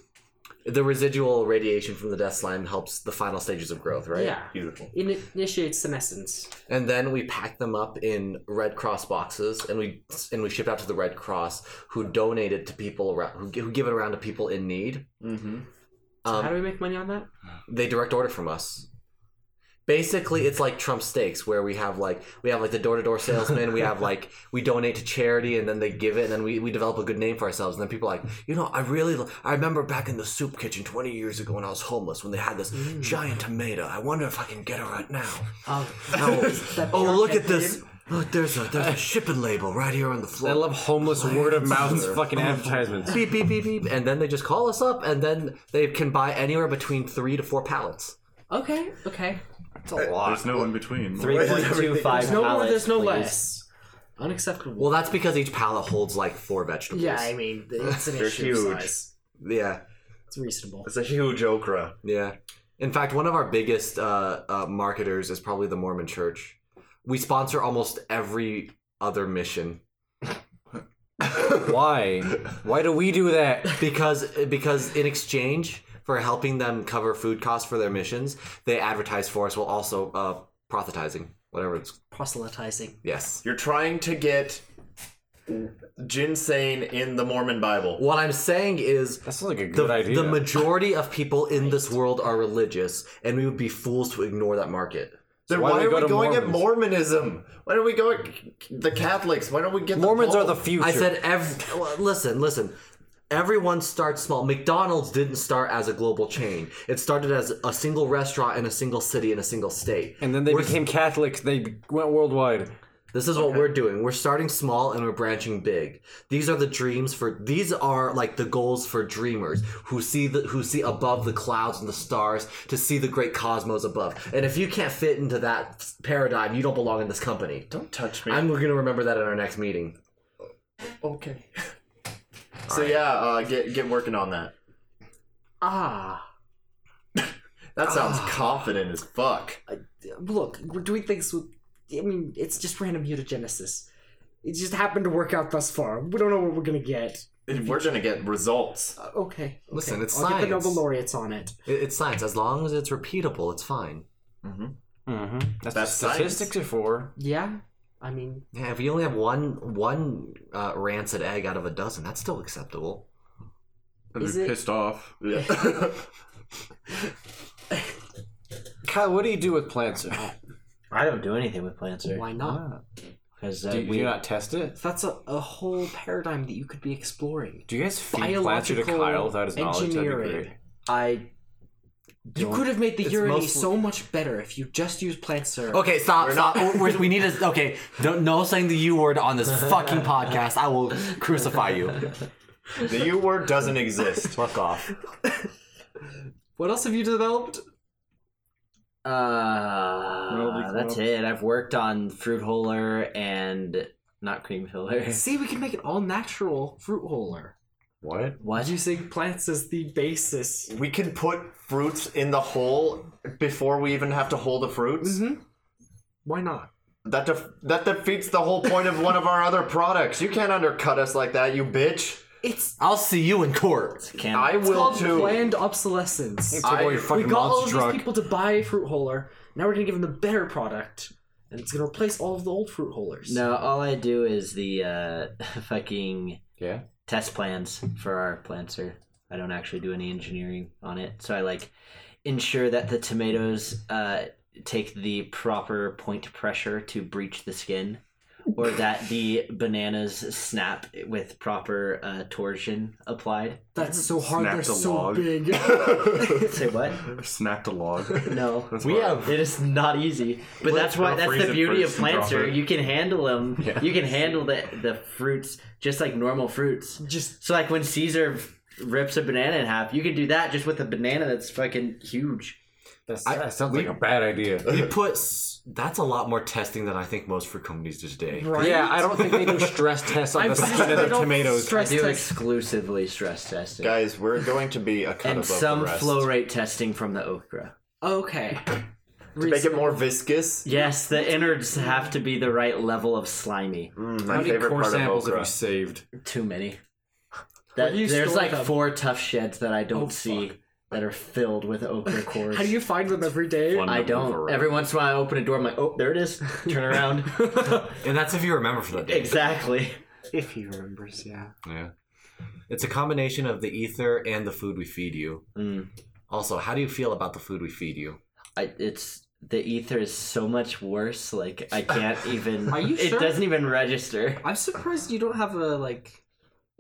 [SPEAKER 2] The residual radiation from the death slime helps the final stages of growth, right?
[SPEAKER 5] Yeah.
[SPEAKER 4] Beautiful.
[SPEAKER 5] It initiates senescence.
[SPEAKER 2] And then we pack them up in Red Cross boxes, and we and we ship out to the Red Cross, who donate it to people around, who, gi- who give it around to people in need.
[SPEAKER 4] Mm-hmm.
[SPEAKER 2] Um,
[SPEAKER 5] How do we make money on that?
[SPEAKER 2] they direct order from us. Basically, it's like Trump steaks, where we have like we have like the door to door salesman. we have like we donate to charity, and then they give it, and then we, we develop a good name for ourselves. And then people are like, you know, I really l- I remember back in the soup kitchen twenty years ago when I was homeless when they had this
[SPEAKER 5] Mm.
[SPEAKER 2] giant tomato. I wonder if I can get it right now.
[SPEAKER 5] Oh,
[SPEAKER 2] Oh,
[SPEAKER 5] that
[SPEAKER 2] oh
[SPEAKER 5] PR
[SPEAKER 2] look at
[SPEAKER 5] campaign.
[SPEAKER 2] this! Look, there's a there's a shipping label right here on the floor.
[SPEAKER 1] I love homeless word of mouth fucking advertisements.
[SPEAKER 2] beep beep beep beep, and then they just call us up, and then they can buy anywhere between three to four pallets.
[SPEAKER 5] Okay, okay.
[SPEAKER 1] That's a lot.
[SPEAKER 7] There's no in between.
[SPEAKER 3] Three point two five.
[SPEAKER 5] There's no more, there's no less. Unacceptable.
[SPEAKER 2] Well, that's because each pallet holds like four vegetables.
[SPEAKER 5] yeah, I mean, it's an
[SPEAKER 4] They're
[SPEAKER 5] issue of
[SPEAKER 4] huge.
[SPEAKER 5] size.
[SPEAKER 2] Yeah,
[SPEAKER 5] It's reasonable.
[SPEAKER 4] It's a huge okra.
[SPEAKER 2] yeah. In fact, one of our biggest uh, uh, marketers is probably the Mormon Church. We sponsor almost every other mission
[SPEAKER 1] Why? Why do we do that?
[SPEAKER 2] because because in exchange for helping them cover food costs for their missions, they advertise for us while also uh, proselytizing, whatever it's.
[SPEAKER 5] Proselytizing.
[SPEAKER 2] Yes.
[SPEAKER 4] You're trying to get ginseng in the Mormon Bible.
[SPEAKER 2] What I'm saying is.
[SPEAKER 1] That sounds like a
[SPEAKER 2] The,
[SPEAKER 1] good idea.
[SPEAKER 2] the majority of people in this world are religious, and we would be fools to ignore that market.
[SPEAKER 4] Then
[SPEAKER 1] Why
[SPEAKER 4] why,
[SPEAKER 1] do we
[SPEAKER 4] are we
[SPEAKER 1] go to
[SPEAKER 4] going at Mormonism? Why don't we go at the Catholics? Why don't we get
[SPEAKER 1] Mormons
[SPEAKER 4] the
[SPEAKER 1] are
[SPEAKER 4] Pope?
[SPEAKER 1] the future.
[SPEAKER 2] I said, ev- well, listen, listen. Everyone starts small. McDonald's didn't start as a global chain. It started as a single restaurant in a single city in a single state.
[SPEAKER 1] and then they
[SPEAKER 2] We're-
[SPEAKER 1] became Catholics. They be- went worldwide.
[SPEAKER 2] This is what we're doing. We're starting small and we're branching big. These are the dreams for. These are like the goals for dreamers who see the who see above the clouds and the stars to see the great cosmos above. And if you can't fit into that paradigm, you don't belong in this company.
[SPEAKER 4] Don't touch me.
[SPEAKER 2] I'm going to remember that in our next meeting.
[SPEAKER 4] okay. so yeah, uh, get get working on that.
[SPEAKER 5] Ah.
[SPEAKER 4] That sounds
[SPEAKER 1] Ah.
[SPEAKER 4] confident as fuck.
[SPEAKER 5] Look, we're doing things with. I mean, it's just random mutagenesis. It just happened to work out thus far. We don't know what we're gonna get.
[SPEAKER 4] We're gonna get results.
[SPEAKER 5] Uh, okay. okay.
[SPEAKER 2] Listen, it's
[SPEAKER 5] I'll get the
[SPEAKER 2] science.
[SPEAKER 5] Nobel laureates on it.
[SPEAKER 2] It, it's science. As long as it's repeatable, it's fine.
[SPEAKER 1] Mm-hmm. That's,
[SPEAKER 4] That's
[SPEAKER 1] what
[SPEAKER 4] science.
[SPEAKER 1] statistics are for.
[SPEAKER 5] Yeah. I mean,
[SPEAKER 2] Yeah, if you only have one one uh, rancid egg out of a dozen, that's still acceptable.
[SPEAKER 7] I'd be
[SPEAKER 5] Is it-
[SPEAKER 7] pissed off.
[SPEAKER 4] Yeah.
[SPEAKER 1] Kyle, what do you do with plants? Ah,
[SPEAKER 3] I don't do anything with Plancer
[SPEAKER 5] why not?
[SPEAKER 3] because
[SPEAKER 1] do,
[SPEAKER 3] uh,
[SPEAKER 1] you, do
[SPEAKER 3] we
[SPEAKER 1] you not test it?
[SPEAKER 5] That's a, a whole paradigm that you could be exploring.
[SPEAKER 1] Do you guys feed Planter to
[SPEAKER 5] Biological
[SPEAKER 1] Kyle without his knowledge? That'd be
[SPEAKER 5] engineering.
[SPEAKER 1] great.
[SPEAKER 3] I
[SPEAKER 5] You could have made the
[SPEAKER 2] it's
[SPEAKER 5] urine
[SPEAKER 2] mostly-
[SPEAKER 5] so much better if you just used plant syrup.
[SPEAKER 2] Okay, stop, stop. We're, we need to. Okay, don't, no saying the U word on this fucking podcast. I will crucify you.
[SPEAKER 4] the U word doesn't exist.
[SPEAKER 2] Fuck off.
[SPEAKER 5] What else have you developed?
[SPEAKER 3] uh, that's it. I've worked on fruit holer and not cream filler.
[SPEAKER 5] See, we can make an all natural fruit holer.
[SPEAKER 1] What?
[SPEAKER 3] What?
[SPEAKER 5] Using plants as the basis.
[SPEAKER 4] We can put fruits in the hole before we even have to hold the fruits.
[SPEAKER 5] Mm-hmm. Why not?
[SPEAKER 4] That def- that defeats the whole point of one of our other products. You can't undercut us like that, you bitch.
[SPEAKER 5] It's
[SPEAKER 2] I'll see you in court.
[SPEAKER 3] Can
[SPEAKER 4] I will
[SPEAKER 5] called
[SPEAKER 4] too.
[SPEAKER 5] planned obsolescence.
[SPEAKER 1] Take
[SPEAKER 4] I-
[SPEAKER 1] away your
[SPEAKER 5] We
[SPEAKER 1] fucking
[SPEAKER 5] got all of
[SPEAKER 1] monster
[SPEAKER 5] these
[SPEAKER 1] truck.
[SPEAKER 5] people to buy fruit holer. Now we're gonna give them the better product, and it's gonna replace all of the old fruit holers.
[SPEAKER 3] No, all I do is the uh, fucking
[SPEAKER 1] Yeah.
[SPEAKER 3] test plans for our planter. I don't actually do any engineering on it, so I like ensure that the tomatoes uh, take the proper point pressure to breach the skin, or that the bananas snap with proper uh, torsion applied.
[SPEAKER 5] That's so hard.
[SPEAKER 7] Snapped
[SPEAKER 5] They're
[SPEAKER 7] a
[SPEAKER 5] so
[SPEAKER 7] log.
[SPEAKER 5] big.
[SPEAKER 3] Say what?
[SPEAKER 7] Snapped a log.
[SPEAKER 3] No,
[SPEAKER 7] That's
[SPEAKER 3] we
[SPEAKER 7] hard.
[SPEAKER 3] have. It is not easy, but that's why
[SPEAKER 7] I'll
[SPEAKER 3] that's
[SPEAKER 7] freeze
[SPEAKER 3] the
[SPEAKER 7] it
[SPEAKER 3] beauty of
[SPEAKER 7] first and drop
[SPEAKER 3] Planter.
[SPEAKER 7] it.
[SPEAKER 3] You can handle them.
[SPEAKER 7] Yeah.
[SPEAKER 3] You can handle the the fruits just like normal fruits.
[SPEAKER 5] Just
[SPEAKER 3] So like when Caesar rips a banana in half, you can do that just with a banana that's fucking huge.
[SPEAKER 1] That's, that sounds like a bad idea.
[SPEAKER 2] They put s- that's a lot more testing than I think most fruit companies do today.
[SPEAKER 5] right.
[SPEAKER 1] Yeah, I don't think they do stress tests on
[SPEAKER 5] I've
[SPEAKER 1] the
[SPEAKER 5] seen
[SPEAKER 1] skin of
[SPEAKER 5] they
[SPEAKER 1] their
[SPEAKER 5] don't
[SPEAKER 1] tomatoes.
[SPEAKER 3] I
[SPEAKER 5] Stress
[SPEAKER 3] do
[SPEAKER 5] test.
[SPEAKER 3] exclusively stress testing
[SPEAKER 4] Guys, we're going to be a cut
[SPEAKER 3] and
[SPEAKER 4] above
[SPEAKER 3] some
[SPEAKER 4] the rest.
[SPEAKER 3] flow rate testing from the okra.
[SPEAKER 5] Okay.
[SPEAKER 4] to make it more viscous.
[SPEAKER 3] Yes, the innards have to be the right level of slimy.
[SPEAKER 4] Mm,
[SPEAKER 1] How
[SPEAKER 4] my
[SPEAKER 1] many
[SPEAKER 4] favorite
[SPEAKER 1] core
[SPEAKER 4] part of
[SPEAKER 1] samples have
[SPEAKER 4] okra.
[SPEAKER 1] you saved?
[SPEAKER 3] Too many.
[SPEAKER 5] Where
[SPEAKER 3] That,
[SPEAKER 5] do you
[SPEAKER 3] there's
[SPEAKER 5] store
[SPEAKER 3] like
[SPEAKER 5] them?
[SPEAKER 3] four tough sheds that I don't
[SPEAKER 5] Oh,
[SPEAKER 3] see that are filled with okra cores.
[SPEAKER 5] How do you find them every day?
[SPEAKER 3] I don't. Every once in a while, I open a door. I'm like, oh, there it is. Turn around.
[SPEAKER 2] And that's if you remember for that day.
[SPEAKER 3] exactly.
[SPEAKER 6] If he remembers, yeah.
[SPEAKER 2] Yeah. It's a combination of the ether and the food we feed you.
[SPEAKER 3] Mm.
[SPEAKER 2] Also, how do you feel about the food we feed you?
[SPEAKER 3] I, it's the ether is so much worse. Like I can't even.
[SPEAKER 5] Are you
[SPEAKER 3] it
[SPEAKER 5] sure?
[SPEAKER 3] doesn't even register.
[SPEAKER 5] I'm surprised you don't have a like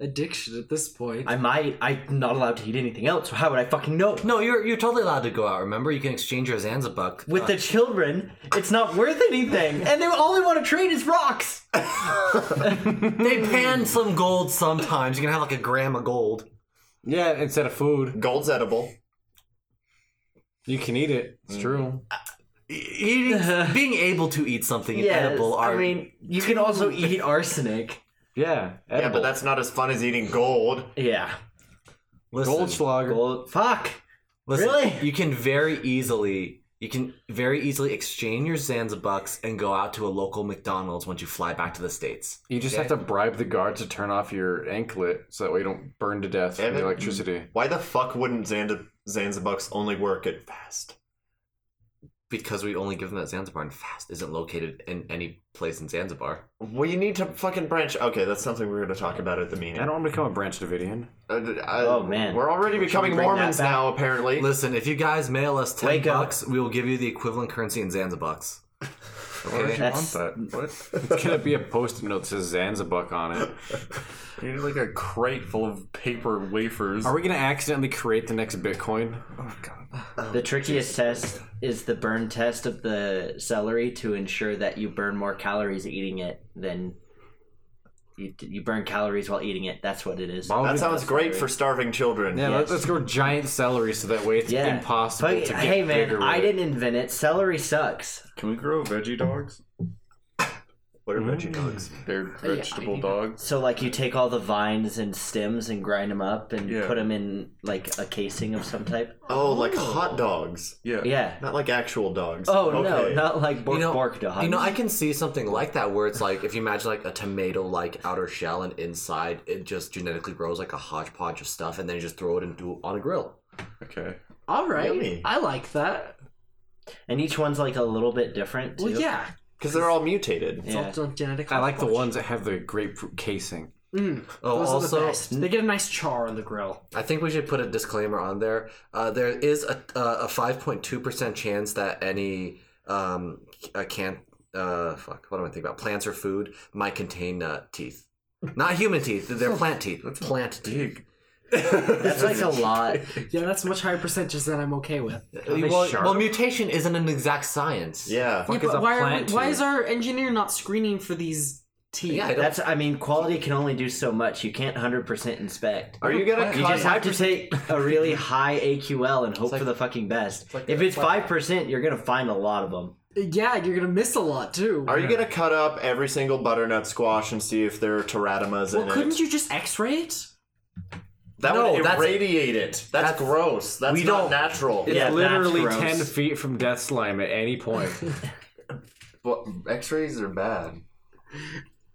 [SPEAKER 5] addiction at this point.
[SPEAKER 3] I might. I'm not allowed to eat anything else. How would I fucking know?
[SPEAKER 2] No, you're you're totally allowed to go out. Remember, you can exchange your Zanzibuck.
[SPEAKER 3] With the children, it's not worth anything, and they all they want to trade is rocks.
[SPEAKER 2] they pan some gold sometimes. You can have like a gram of gold.
[SPEAKER 1] Yeah, instead of food,
[SPEAKER 4] Gold's edible.
[SPEAKER 1] you can eat it. It's true.
[SPEAKER 2] E, Eating, being able to eat something
[SPEAKER 3] Yes,
[SPEAKER 2] edible are
[SPEAKER 3] I mean, you can also eat arsenic.
[SPEAKER 1] Yeah, edible.
[SPEAKER 4] Yeah, but that's not as fun as eating gold.
[SPEAKER 3] Yeah.
[SPEAKER 2] listen,
[SPEAKER 1] Goldschlager.
[SPEAKER 3] Well, fuck.
[SPEAKER 2] listen,
[SPEAKER 3] really?
[SPEAKER 2] You can very easily you can very easily exchange your Zanzibucks and go out to a local McDonald's once you fly back to the states.
[SPEAKER 1] You just have to bribe the guard to turn off your anklet so that way you don't burn to death from the
[SPEAKER 4] Evan?
[SPEAKER 1] electricity.
[SPEAKER 4] Why the fuck wouldn't Zanda Zanzibucks only work at fast?
[SPEAKER 2] Because we only give them that Zanzibar, and Fast isn't located in any place in Zanzibar.
[SPEAKER 4] Well, you need to fucking branch. Okay, that's something we were going to talk about at the meeting.
[SPEAKER 1] I don't want to become a Branch Davidian.
[SPEAKER 4] Uh, d- I-
[SPEAKER 3] Oh, man.
[SPEAKER 4] we're already
[SPEAKER 3] Should we
[SPEAKER 4] becoming
[SPEAKER 3] bring that
[SPEAKER 4] Mormons
[SPEAKER 3] back?
[SPEAKER 4] now. Apparently,
[SPEAKER 2] Listen, if you guys mail us ten
[SPEAKER 3] Wake up.
[SPEAKER 2] bucks, we will give you the equivalent currency in Zanzibucks.
[SPEAKER 7] Why would you
[SPEAKER 3] That's-
[SPEAKER 7] want that? What?
[SPEAKER 1] It's gonna be a post-it note that says Zanzibuck on it.
[SPEAKER 7] You need like a crate full of paper wafers.
[SPEAKER 1] Are we gonna accidentally create the next Bitcoin?
[SPEAKER 7] Oh god.
[SPEAKER 3] The trickiest test is the burn test of the celery to ensure that you burn more calories eating it than you, you burn calories while eating it. That's what it is.
[SPEAKER 1] Why would
[SPEAKER 4] that
[SPEAKER 1] we-
[SPEAKER 4] sounds great for starving children.
[SPEAKER 1] yeah,
[SPEAKER 3] yes.
[SPEAKER 1] let, us go giant celery so that way it's
[SPEAKER 3] Yeah.
[SPEAKER 1] impossible
[SPEAKER 3] Fuck-
[SPEAKER 1] to get
[SPEAKER 3] hey man,
[SPEAKER 1] bigger
[SPEAKER 3] I
[SPEAKER 1] with it.
[SPEAKER 3] didn't invent it. Celery sucks.
[SPEAKER 7] Can we grow veggie dogs?
[SPEAKER 4] What are veggie dogs?
[SPEAKER 7] They're vegetable dogs.
[SPEAKER 3] So like you take all the vines and stems and grind them up and
[SPEAKER 7] Yeah.
[SPEAKER 3] put them in like a casing of some type.
[SPEAKER 4] Oh, like hot dogs,
[SPEAKER 7] Yeah.
[SPEAKER 3] Yeah.
[SPEAKER 4] not like actual dogs.
[SPEAKER 3] Oh no,
[SPEAKER 4] Okay.
[SPEAKER 3] not like bork
[SPEAKER 2] You know,
[SPEAKER 3] bork dogs.
[SPEAKER 2] you know, I can see something like that where it's like if you imagine like a tomato like outer shell and inside it just genetically grows like a hodgepodge of stuff, and then you just throw it into on a grill.
[SPEAKER 7] Okay.
[SPEAKER 5] All right,
[SPEAKER 4] Yummy.
[SPEAKER 5] I like that.
[SPEAKER 3] and each one's like a little bit different. Too.
[SPEAKER 5] Well, yeah,
[SPEAKER 4] because they're all mutated.
[SPEAKER 5] it's
[SPEAKER 3] Yeah.
[SPEAKER 5] all done genetically.
[SPEAKER 1] I like the ones that have the grapefruit casing.
[SPEAKER 5] Mm,
[SPEAKER 2] Oh,
[SPEAKER 5] those are the
[SPEAKER 2] also,
[SPEAKER 5] best. They get a nice char on the grill.
[SPEAKER 2] I think we should put a disclaimer on there. Uh, there is a a five point two percent chance that any um uh, can uh fuck what am I thinking about plants or food might contain uh, teeth, not human teeth. They're plant teeth. Plant teeth.
[SPEAKER 7] Big.
[SPEAKER 3] That's like a lot.
[SPEAKER 5] Yeah, that's much higher percentage than I'm okay with.
[SPEAKER 2] Well, well, mutation isn't an exact science.
[SPEAKER 4] Yeah,
[SPEAKER 5] yeah,
[SPEAKER 1] is a
[SPEAKER 5] but why, are
[SPEAKER 1] plant
[SPEAKER 5] we, why
[SPEAKER 1] to-
[SPEAKER 5] is our engineer not screening for these teeth?
[SPEAKER 2] Yeah, I don't-
[SPEAKER 3] That's I mean, quality can only do so much. You can't hundred percent inspect.
[SPEAKER 4] Are you gonna
[SPEAKER 3] You
[SPEAKER 4] cut?
[SPEAKER 3] just have to take a really high AQL and hope for the fucking best. if it's five percent, you're gonna find a lot of them.
[SPEAKER 5] yeah, you're gonna miss a lot too.
[SPEAKER 4] Are you gonna cut up every single butternut squash and see if there are teratomas
[SPEAKER 5] well,
[SPEAKER 4] in
[SPEAKER 5] couldn't
[SPEAKER 4] it?
[SPEAKER 5] you just X-ray it?
[SPEAKER 4] That
[SPEAKER 2] No,
[SPEAKER 4] would
[SPEAKER 2] that's-
[SPEAKER 4] irradiate it. That's,
[SPEAKER 2] that's-
[SPEAKER 4] gross. That's
[SPEAKER 2] we
[SPEAKER 4] not
[SPEAKER 2] don't-
[SPEAKER 4] natural.
[SPEAKER 1] It's
[SPEAKER 3] Yeah, that's
[SPEAKER 1] literally
[SPEAKER 3] gross.
[SPEAKER 1] ten feet from death slime at any point.
[SPEAKER 4] Well, X-rays are bad.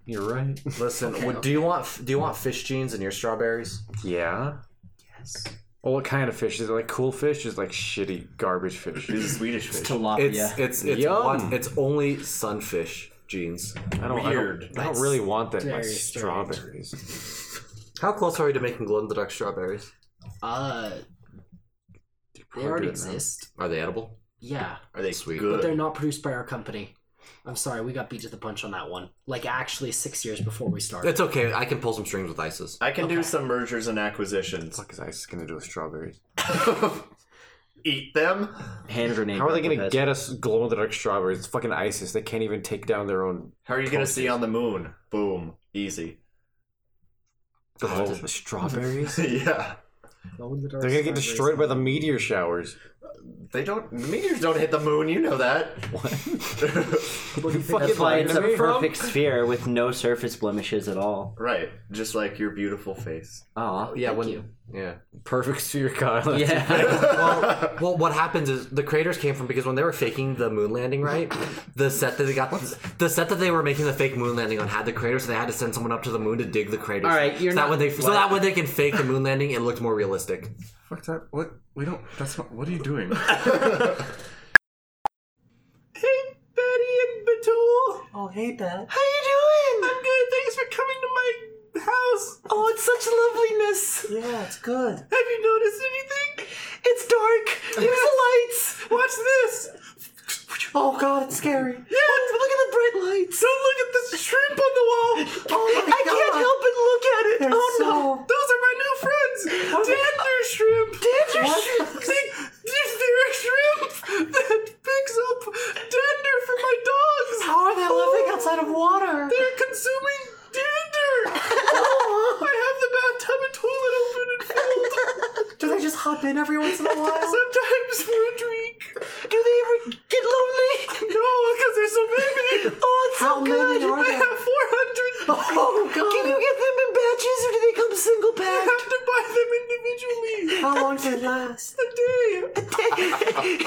[SPEAKER 1] You're right.
[SPEAKER 2] Listen, what, do you want do you want fish genes in your strawberries?
[SPEAKER 1] Yeah. Well, what kind of fish is it? Like cool fish is like shitty garbage fish.
[SPEAKER 4] It's a Swedish fish.
[SPEAKER 2] It's
[SPEAKER 3] Tilapia.
[SPEAKER 2] it's it's
[SPEAKER 1] Yum.
[SPEAKER 2] one, it's only sunfish genes.
[SPEAKER 1] I don't,
[SPEAKER 4] Weird.
[SPEAKER 1] I don't, I don't really want that in my
[SPEAKER 5] very strange.
[SPEAKER 1] strawberries.
[SPEAKER 2] How close are we to making glow in the dark strawberries?
[SPEAKER 5] Uh, they
[SPEAKER 1] do it
[SPEAKER 5] already
[SPEAKER 1] now.
[SPEAKER 5] exist.
[SPEAKER 2] Are they edible?
[SPEAKER 5] Yeah,
[SPEAKER 4] Are they
[SPEAKER 2] Sweet.
[SPEAKER 4] good?
[SPEAKER 5] but they're not produced by our company. I'm sorry, we got beat to the punch on that one. Like actually six years before we started.
[SPEAKER 2] It's okay. I can pull some strings with ISIS.
[SPEAKER 4] I can do some mergers and acquisitions.
[SPEAKER 1] Fuck is ISIS gonna do with strawberries?
[SPEAKER 4] Eat them.
[SPEAKER 3] Hand grenade.
[SPEAKER 1] How are they
[SPEAKER 3] Brooklyn
[SPEAKER 1] gonna
[SPEAKER 3] has-
[SPEAKER 1] get us glow in the dark strawberries? It's fucking ISIS. They can't even take down their own.
[SPEAKER 4] How are you gonna see on the moon? Boom. Easy.
[SPEAKER 1] Oh, the strawberries.
[SPEAKER 4] yeah.
[SPEAKER 1] They're gonna get destroyed by the meteor showers.
[SPEAKER 4] They don't. Meteors don't hit the moon. You know that.
[SPEAKER 1] You
[SPEAKER 3] That's
[SPEAKER 1] fucking
[SPEAKER 3] why
[SPEAKER 1] lying
[SPEAKER 3] it's
[SPEAKER 1] to
[SPEAKER 3] a
[SPEAKER 1] me.
[SPEAKER 3] perfect sphere with no surface blemishes at all.
[SPEAKER 4] right. Just like your beautiful face.
[SPEAKER 3] Aw.
[SPEAKER 2] Yeah, when
[SPEAKER 5] you.
[SPEAKER 2] yeah.
[SPEAKER 1] Perfect sphere, Kyle.
[SPEAKER 3] Yeah.
[SPEAKER 2] well, well, what happens is the creators came from because when they were faking the moon landing, right? The set that they got, the set that they were making the fake moon landing on had the craters, so they had to send someone up to the moon to dig the craters.
[SPEAKER 3] All right, you're
[SPEAKER 2] so that
[SPEAKER 3] not-
[SPEAKER 2] when they so that when they can fake the moon landing, it looked more realistic.
[SPEAKER 7] Fuck that. What? We don't. That's not. What are you doing?
[SPEAKER 2] Oh, hey, Dad. How you doing? I'm good. Thanks for coming to my house. Oh, it's such loveliness. Yeah, it's good. Have you noticed anything? It's dark. There's the lights. Watch this. Oh god, it's scary. Yeah. Look, look at the bright lights. Don't look at the shrimp on the wall. Oh my I can't help but look at it. oh no. Those are my new friends. Dander shrimp. Dander shrimp. They, they're a shrimp that picks up dander for my dogs. How are they living outside of water? They're consuming dander. I have the bathtub and toilet open and filled. Do they just hop in every once in a while? Sometimes for a drink. Do they ever get lonely? No, because there's so many. Oh, it's How so good. Many I have 400. Oh, God. Can you get them in batches or do they come single pack? I have to buy them individually. How long does it last? A day. A day.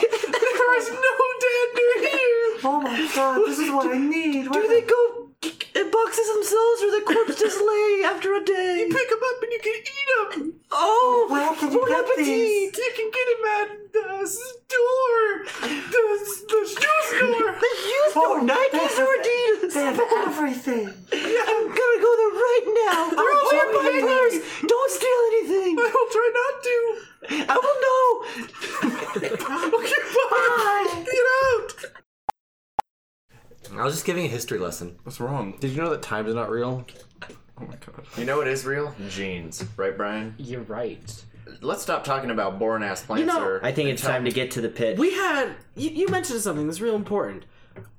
[SPEAKER 2] there is no dander here. Oh, my God. This is what I need. Do they go in boxes themselves or the corpse just lay after a day? You pick them up and you can eat them. Oh, where can you get these? You can get them at the store. The, the shoe store. the shoe store. Oh, Nike or Adidas. They have everything. I'm gonna go there right now. They're all here buying theirs. Don't steal anything. I will try not to. I will know. okay, bye. Get out. I was just giving a history lesson.
[SPEAKER 7] What's wrong?
[SPEAKER 1] Did you know that time's not real?
[SPEAKER 7] Oh my god.
[SPEAKER 4] You know what is real? Jeans. Right, Brian?
[SPEAKER 5] You're right.
[SPEAKER 4] Let's stop talking about born ass plants.
[SPEAKER 5] know,
[SPEAKER 4] or-
[SPEAKER 3] I think it's time to get to the pit.
[SPEAKER 5] We had you, you mentioned something that's real important.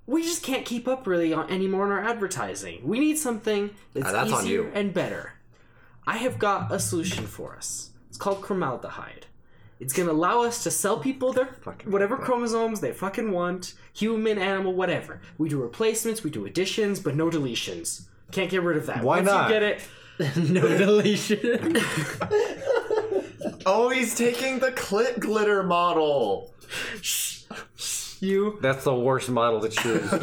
[SPEAKER 5] We just can't keep up really on, anymore on our advertising. We need something that's,
[SPEAKER 2] Ah, that's on
[SPEAKER 5] easier
[SPEAKER 2] you.
[SPEAKER 5] and better. I have got a solution for us. It's called chromaldehyde. It's gonna allow us to sell people their whatever chromosomes they fucking want, human, animal, whatever. We do replacements, we do additions, but no deletions. Can't get rid of that.
[SPEAKER 1] Why
[SPEAKER 5] Once
[SPEAKER 1] not?
[SPEAKER 5] You get it.
[SPEAKER 3] no deletion.
[SPEAKER 4] Oh, he's taking the clit glitter model.
[SPEAKER 5] You
[SPEAKER 1] That's the worst model to choose.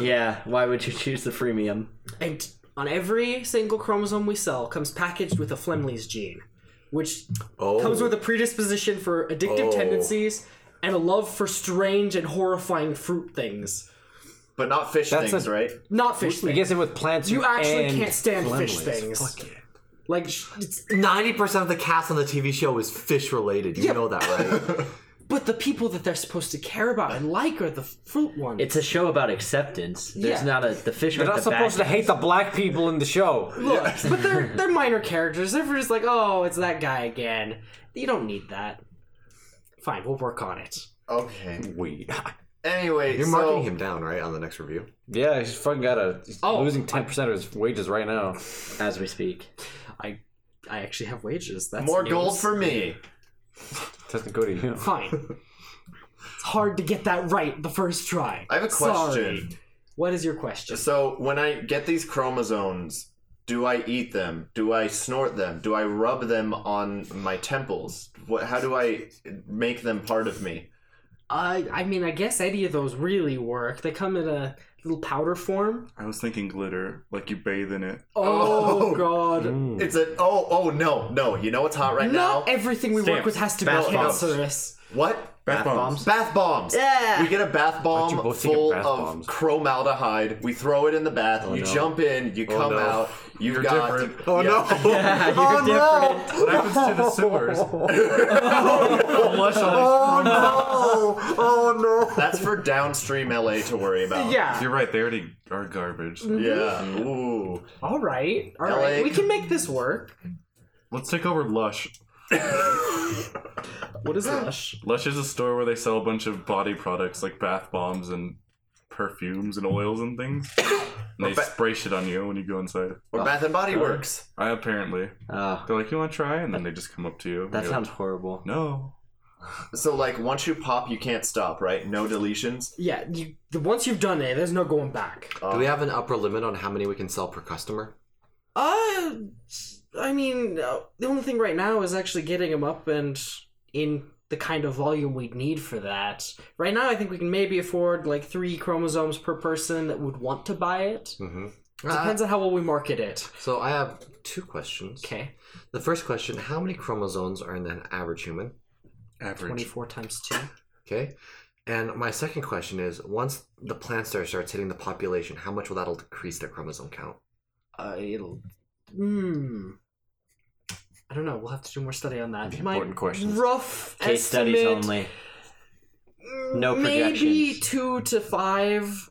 [SPEAKER 3] yeah. Why would you choose the freemium?
[SPEAKER 5] and on every single chromosome we sell comes packaged with a Flemley's gene, which
[SPEAKER 2] Oh.
[SPEAKER 5] comes with a predisposition for
[SPEAKER 2] Oh.
[SPEAKER 5] addictive tendencies and a love for strange and horrifying fruit things.
[SPEAKER 4] But not fish
[SPEAKER 1] That's
[SPEAKER 4] things,
[SPEAKER 1] a-
[SPEAKER 4] right?
[SPEAKER 5] Not fish
[SPEAKER 1] I
[SPEAKER 5] things.
[SPEAKER 1] guess it with plants.
[SPEAKER 5] You actually
[SPEAKER 1] and
[SPEAKER 5] can't stand fish
[SPEAKER 1] Flemleys.
[SPEAKER 5] things.
[SPEAKER 1] Fuck yeah.
[SPEAKER 5] Like, sh- it's,
[SPEAKER 2] Ninety percent of the cast on the TV show is fish related. You know that, right?
[SPEAKER 5] but the people that they're supposed to care about and like are the fruit ones.
[SPEAKER 3] It's a show about acceptance. There's
[SPEAKER 5] Yeah.
[SPEAKER 3] not a the fish.
[SPEAKER 1] You're not supposed to hate the black people in the show.
[SPEAKER 5] Look, but they're they're minor characters. They're just like, oh, it's that guy again. You don't need that. Fine, we'll work on it.
[SPEAKER 4] Okay.
[SPEAKER 1] We.
[SPEAKER 4] Anyway,
[SPEAKER 2] You're
[SPEAKER 4] so
[SPEAKER 2] marking him down, right, on the next review.
[SPEAKER 1] Yeah, he's fucking got a he's
[SPEAKER 5] Oh.
[SPEAKER 1] losing ten percent of his wages right now.
[SPEAKER 3] as we speak.
[SPEAKER 5] I I actually have wages. That's
[SPEAKER 4] more
[SPEAKER 5] news.
[SPEAKER 4] gold for me.
[SPEAKER 1] Doesn't go to you.
[SPEAKER 5] Fine. it's hard to get that right the first try.
[SPEAKER 4] I have a
[SPEAKER 5] Sorry.
[SPEAKER 4] question.
[SPEAKER 5] What is your question?
[SPEAKER 4] So when I get these chromosomes, do I eat them? Do I snort them? Do I rub them on my temples? What? How do I make them part of me?
[SPEAKER 5] I I mean, I guess any of those really work. They come in a little powder form.
[SPEAKER 7] I was thinking glitter, like you bathe in it.
[SPEAKER 5] Oh,
[SPEAKER 4] Oh.
[SPEAKER 5] god.
[SPEAKER 4] It's a oh oh no no. You know what's hot right
[SPEAKER 5] Not
[SPEAKER 4] now?
[SPEAKER 5] everything we work with has to be
[SPEAKER 3] Fast pumps.
[SPEAKER 5] cancerous.
[SPEAKER 4] What?
[SPEAKER 7] Bath bombs.
[SPEAKER 4] Bath bombs.
[SPEAKER 3] Yeah.
[SPEAKER 4] We get a bath
[SPEAKER 1] Why'd you
[SPEAKER 4] bomb
[SPEAKER 1] both think of
[SPEAKER 4] full
[SPEAKER 1] bath
[SPEAKER 4] of
[SPEAKER 1] bombs?
[SPEAKER 4] chromaldehyde. We throw it in the bath. you
[SPEAKER 1] no.
[SPEAKER 4] jump in. You come
[SPEAKER 7] no.
[SPEAKER 4] out. You've
[SPEAKER 7] You're
[SPEAKER 4] got.
[SPEAKER 7] different.
[SPEAKER 4] Oh no!
[SPEAKER 3] Yeah, you're different.
[SPEAKER 7] What happens to the sewers? Flush all
[SPEAKER 2] Oh no! Oh no!
[SPEAKER 4] That's for downstream LA to worry about.
[SPEAKER 7] these-
[SPEAKER 5] Yeah.
[SPEAKER 7] You're right. They already are garbage.
[SPEAKER 4] Yeah. Ooh.
[SPEAKER 5] All right. All
[SPEAKER 4] LA.
[SPEAKER 5] right. We can make this work.
[SPEAKER 7] Let's take over Lush.
[SPEAKER 5] What is Lush?
[SPEAKER 7] Lush is a store where they sell a bunch of body products like bath bombs and perfumes and oils and things. And they
[SPEAKER 4] ba-
[SPEAKER 7] spray shit on you when you go inside.
[SPEAKER 4] Or Bath and Body Works.
[SPEAKER 7] I apparently
[SPEAKER 3] Oh,
[SPEAKER 7] they're like, "You want to try?" And then they just come up to you. and
[SPEAKER 3] that
[SPEAKER 7] you're
[SPEAKER 3] sounds
[SPEAKER 7] like,
[SPEAKER 3] horrible.
[SPEAKER 7] no.
[SPEAKER 4] So like once you pop, you can't stop, right? No deletions.
[SPEAKER 5] Yeah. You, the, once you've done it, there's no going back.
[SPEAKER 2] Do we have an upper limit on how many we can sell per customer?
[SPEAKER 5] Uh, I mean, uh, the only thing right now is actually getting them up and in the kind of volume we'd need for that. Right now, I think we can maybe afford like three chromosomes per person that would want to buy it.
[SPEAKER 2] Mm-hmm.
[SPEAKER 3] Uh,
[SPEAKER 2] Uh,
[SPEAKER 5] Depends on how well we market it.
[SPEAKER 2] so I have two questions.
[SPEAKER 5] Okay.
[SPEAKER 2] The first question: How many chromosomes are in an average human?
[SPEAKER 7] Average.
[SPEAKER 5] 24 times 2.
[SPEAKER 2] Okay. And my second question is: Once the plant star starts hitting the population, how much will that'll decrease their chromosome count?
[SPEAKER 5] Uh, it'll. Hmm. I don't know. We'll have to do more study on that. My
[SPEAKER 1] important questions.
[SPEAKER 5] Rough
[SPEAKER 3] Case studies
[SPEAKER 5] estimate,
[SPEAKER 3] only.
[SPEAKER 5] mm,
[SPEAKER 3] No
[SPEAKER 5] Maybe
[SPEAKER 3] projections.
[SPEAKER 5] two to five.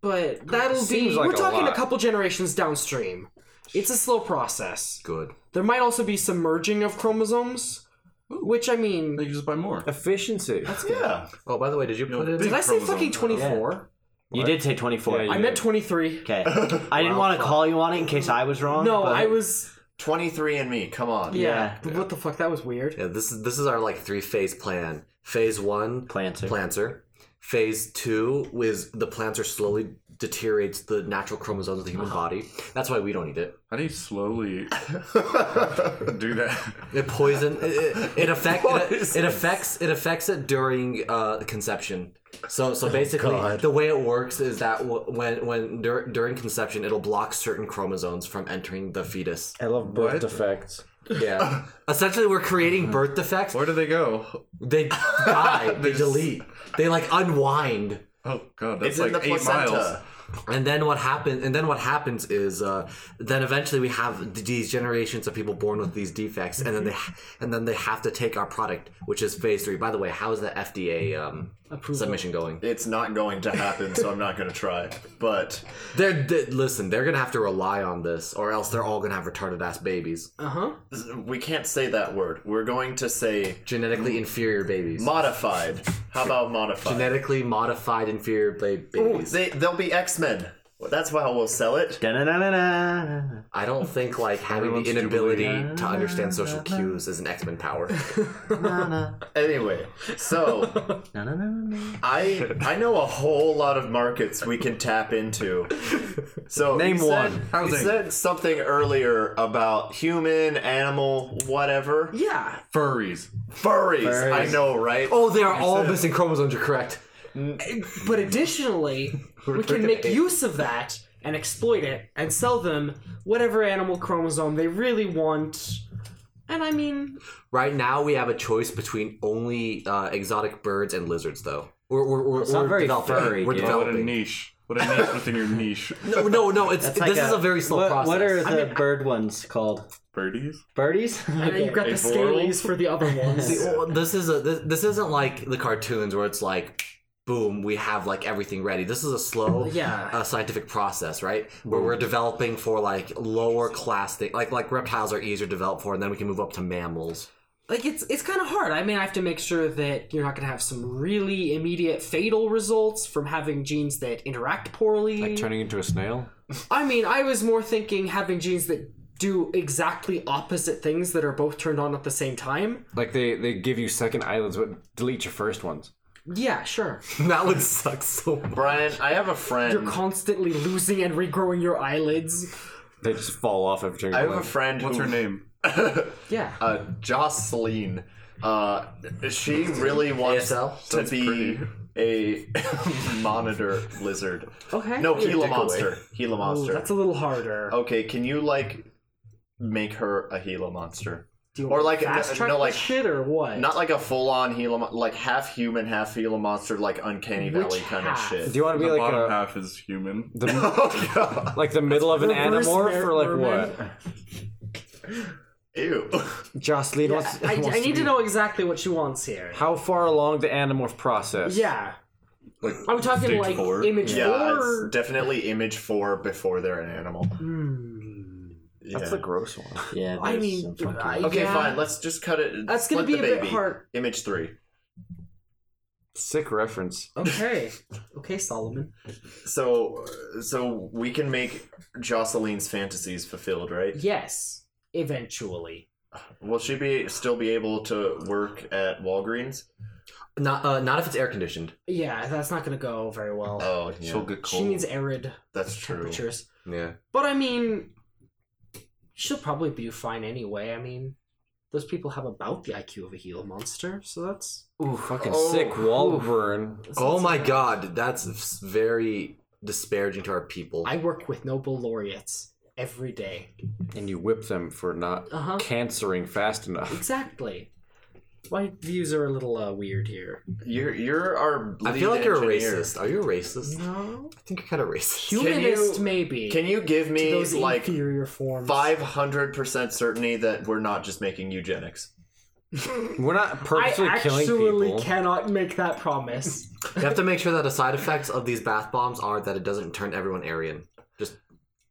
[SPEAKER 5] But that'll be.
[SPEAKER 1] Seems like
[SPEAKER 5] we're
[SPEAKER 1] a
[SPEAKER 5] talking a
[SPEAKER 1] lot.
[SPEAKER 5] couple generations downstream. It's a slow process.
[SPEAKER 2] Good.
[SPEAKER 5] There might also be some merging of chromosomes, which I mean.
[SPEAKER 7] They can just buy more.
[SPEAKER 1] Efficiency.
[SPEAKER 4] Uh, Yeah.
[SPEAKER 2] Oh, by the way, did you
[SPEAKER 7] No,
[SPEAKER 2] put it?
[SPEAKER 7] big
[SPEAKER 5] Did I say
[SPEAKER 7] chromosome.
[SPEAKER 5] fucking 24?
[SPEAKER 3] You did say 24.
[SPEAKER 1] Yeah, you
[SPEAKER 5] I meant 23.
[SPEAKER 3] Okay. I didn't want to call you on it in case I was wrong.
[SPEAKER 5] No,
[SPEAKER 3] but-
[SPEAKER 5] I was.
[SPEAKER 4] Twenty-three and me. Come on.
[SPEAKER 5] Yeah. What the fuck? That was weird.
[SPEAKER 2] Yeah, this is this is our like three phase plan. Phase one,
[SPEAKER 3] Planter.
[SPEAKER 2] planter. Phase two is the planter slowly deteriorates the natural chromosomes of the
[SPEAKER 7] Uh-huh.
[SPEAKER 2] human body. That's why we don't eat it.
[SPEAKER 7] How do you slowly do that?
[SPEAKER 2] It poison. It, it, it affect. It, it affects. It affects it during uh, conception. So so basically, the way it works is that w- when when dur- during conception, it'll block certain chromosomes from entering the fetus.
[SPEAKER 1] I love birth defects.
[SPEAKER 2] Yeah. Essentially, we're creating birth defects.
[SPEAKER 7] Where do they go?
[SPEAKER 2] They die. they delete. They like unwind.
[SPEAKER 7] Oh god,
[SPEAKER 4] It's
[SPEAKER 7] that's
[SPEAKER 4] in the
[SPEAKER 7] like eight
[SPEAKER 4] placenta.
[SPEAKER 7] miles.
[SPEAKER 2] And then what happens? And then what happens is uh, then eventually we have th- these generations of people born with these defects, and then they ha- and then they have to take our product, which is phase three. By the way, how is the FDA um, submission going?
[SPEAKER 4] It's not going to happen, so I'm not going to try. But
[SPEAKER 2] They're, they listen. They're gonna have to rely on this, or else they're all gonna have retarded ass babies,
[SPEAKER 5] Uh huh.
[SPEAKER 4] we can't say that word. We're going to say
[SPEAKER 2] genetically inferior babies,
[SPEAKER 4] modified. How about modified?
[SPEAKER 2] genetically modified inferior ba-
[SPEAKER 4] Ooh,
[SPEAKER 2] babies.
[SPEAKER 4] they they'll be X Men. That's how we'll sell it.
[SPEAKER 3] Da-na-na-na-na.
[SPEAKER 2] I don't think like having the
[SPEAKER 7] Everyone's
[SPEAKER 2] inability
[SPEAKER 7] jubilee.
[SPEAKER 2] to understand social cues is an X Men power.
[SPEAKER 4] Anyway, so I I know a whole lot of markets we can tap into. So name one. You
[SPEAKER 7] Housing.
[SPEAKER 4] said something earlier about human, animal, whatever.
[SPEAKER 5] Yeah.
[SPEAKER 7] Furries.
[SPEAKER 4] Furries. I know, right?
[SPEAKER 2] oh, they are all missing chromosomes. You're correct.
[SPEAKER 5] But additionally, we can make use of that and exploit it and sell them whatever animal chromosome they really want. And I mean,
[SPEAKER 2] Right now, we have a choice between only uh, exotic birds and lizards, though. We're, we're, we're,
[SPEAKER 3] not
[SPEAKER 2] we're
[SPEAKER 3] very
[SPEAKER 2] developing.
[SPEAKER 3] furry,
[SPEAKER 2] we're
[SPEAKER 3] dude.
[SPEAKER 7] Oh, what a
[SPEAKER 2] developing.
[SPEAKER 7] niche. What a niche within your niche.
[SPEAKER 2] No, no, no. It's
[SPEAKER 3] That's
[SPEAKER 2] this
[SPEAKER 3] like
[SPEAKER 2] is a very slow
[SPEAKER 3] what,
[SPEAKER 2] process.
[SPEAKER 3] What are the bird ones called?
[SPEAKER 7] Birdies?
[SPEAKER 3] Birdies?
[SPEAKER 5] I know you've got the scalies for the other ones.
[SPEAKER 2] Well, this is a this, this isn't like the cartoons where it's like, boom, we have like everything ready. This is a slow,
[SPEAKER 5] Yeah.
[SPEAKER 2] uh, scientific process, right? Where we're developing for like lower class thing, like like reptiles are easier to develop for, and then we can move up to mammals.
[SPEAKER 5] like it's it's kind of hard. I mean, I have to make sure that you're not going to have some really immediate fatal results from having genes that interact poorly.
[SPEAKER 1] Like turning into a snail.
[SPEAKER 5] I mean, I was more thinking having genes that do exactly opposite things that are both turned on at the same time.
[SPEAKER 1] Like they they give you second islands, but delete your first ones.
[SPEAKER 5] Yeah, sure.
[SPEAKER 2] that would suck so much.
[SPEAKER 4] Brian, I have a friend.
[SPEAKER 5] You're constantly losing and regrowing your eyelids.
[SPEAKER 1] They just fall off every
[SPEAKER 4] I have
[SPEAKER 1] single
[SPEAKER 4] a
[SPEAKER 1] one.
[SPEAKER 4] friend.
[SPEAKER 7] What's
[SPEAKER 4] who,
[SPEAKER 7] her name?
[SPEAKER 5] Yeah.
[SPEAKER 4] Uh, Jocelyn. Uh, she really wants
[SPEAKER 2] ASL?
[SPEAKER 4] to be a monitor lizard.
[SPEAKER 5] okay.
[SPEAKER 4] No,
[SPEAKER 5] Ooh,
[SPEAKER 4] Gila monster. Gila monster. Oh,
[SPEAKER 5] That's a little harder.
[SPEAKER 4] Okay, can you like make her a Gila monster?
[SPEAKER 5] Do you
[SPEAKER 4] Or
[SPEAKER 5] want
[SPEAKER 4] like-
[SPEAKER 5] fast
[SPEAKER 4] no,
[SPEAKER 5] track
[SPEAKER 4] no,
[SPEAKER 5] this
[SPEAKER 4] like-
[SPEAKER 5] shit or what?
[SPEAKER 4] Not like a full on Gila, mo- like half human, half Gila monster, like Uncanny
[SPEAKER 5] Which
[SPEAKER 4] Valley kind
[SPEAKER 5] half?
[SPEAKER 4] of shit.
[SPEAKER 1] Do you want to
[SPEAKER 7] The
[SPEAKER 1] be like uh,
[SPEAKER 7] bottom
[SPEAKER 1] a,
[SPEAKER 7] half is human.
[SPEAKER 1] the,
[SPEAKER 4] oh, God.
[SPEAKER 1] like the middle of an
[SPEAKER 5] Reverse
[SPEAKER 1] animorph or like
[SPEAKER 5] Mer-
[SPEAKER 1] what?
[SPEAKER 4] Ew.
[SPEAKER 1] Jocelyn
[SPEAKER 5] Yeah,
[SPEAKER 1] wants,
[SPEAKER 5] I, I
[SPEAKER 1] wants
[SPEAKER 5] need to
[SPEAKER 1] be-
[SPEAKER 5] know exactly what she wants here.
[SPEAKER 1] how far along the animorph process.
[SPEAKER 5] Yeah.
[SPEAKER 7] Like
[SPEAKER 5] Are we talking
[SPEAKER 7] stage
[SPEAKER 5] like
[SPEAKER 7] four?
[SPEAKER 5] image
[SPEAKER 4] Yeah,
[SPEAKER 5] four?
[SPEAKER 4] it's
[SPEAKER 5] or-
[SPEAKER 4] definitely image four before they're an animal.
[SPEAKER 5] Hmm.
[SPEAKER 4] Yeah.
[SPEAKER 1] that's the gross one.
[SPEAKER 3] Yeah,
[SPEAKER 5] I
[SPEAKER 3] there's
[SPEAKER 5] mean,
[SPEAKER 3] some funky
[SPEAKER 5] I-
[SPEAKER 3] ones.
[SPEAKER 4] okay,
[SPEAKER 5] yeah.
[SPEAKER 4] fine. Let's just cut it.
[SPEAKER 5] That's gonna
[SPEAKER 4] split
[SPEAKER 5] be a
[SPEAKER 4] the
[SPEAKER 5] bit
[SPEAKER 4] baby.
[SPEAKER 5] hard.
[SPEAKER 4] Image three.
[SPEAKER 1] Sick reference.
[SPEAKER 5] Okay. Okay, Solomon.
[SPEAKER 4] So, so we can make Jocelyn's fantasies fulfilled, right?
[SPEAKER 5] Yes. Eventually.
[SPEAKER 4] Will she be still be able to work at Walgreens?
[SPEAKER 2] Not uh, not if it's air conditioned.
[SPEAKER 5] Yeah, that's not gonna go very well.
[SPEAKER 4] Oh, yeah,
[SPEAKER 7] She'll get cold.
[SPEAKER 5] she needs arid
[SPEAKER 4] that's true.
[SPEAKER 5] temperatures.
[SPEAKER 2] Yeah.
[SPEAKER 5] But I mean, she'll probably be fine anyway. I mean, those people have about the IQ of a Gila monster, so that's.
[SPEAKER 1] Ooh, fucking
[SPEAKER 4] Oh.
[SPEAKER 1] sick wall burn.
[SPEAKER 5] that's
[SPEAKER 2] Oh
[SPEAKER 5] that's-
[SPEAKER 2] my god, that's very disparaging to our people.
[SPEAKER 5] I work with Nobel laureates every day.
[SPEAKER 1] And you whip them for not
[SPEAKER 5] Uh huh.
[SPEAKER 1] cancering fast enough.
[SPEAKER 5] Exactly. My views are a little uh, weird here.
[SPEAKER 4] You're you're our.
[SPEAKER 2] I
[SPEAKER 4] lead
[SPEAKER 2] feel like you're a
[SPEAKER 4] engineer.
[SPEAKER 2] racist. Are you a racist?
[SPEAKER 5] No.
[SPEAKER 2] I think you're kind of racist.
[SPEAKER 5] Humanist,
[SPEAKER 4] you-
[SPEAKER 5] maybe.
[SPEAKER 4] Can you give
[SPEAKER 5] to
[SPEAKER 4] me
[SPEAKER 5] those
[SPEAKER 4] like
[SPEAKER 5] inferior forms?
[SPEAKER 4] five hundred percent certainty that we're not just making eugenics?
[SPEAKER 1] We're not
[SPEAKER 5] I
[SPEAKER 1] purposely killing
[SPEAKER 5] actually
[SPEAKER 1] people.
[SPEAKER 5] cannot make that promise.
[SPEAKER 2] You have to make sure that the side effects of these bath bombs are that it doesn't turn everyone Aryan. Just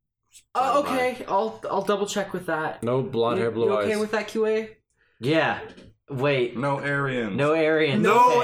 [SPEAKER 5] uh,
[SPEAKER 2] Bye-bye.
[SPEAKER 5] okay, I'll I'll double check with that.
[SPEAKER 1] No blonde
[SPEAKER 5] You-
[SPEAKER 1] hair, blue
[SPEAKER 5] you okay
[SPEAKER 1] eyes.
[SPEAKER 5] with that QA?
[SPEAKER 3] yeah. Wait,
[SPEAKER 7] No Aryan.
[SPEAKER 3] no Arian.
[SPEAKER 2] No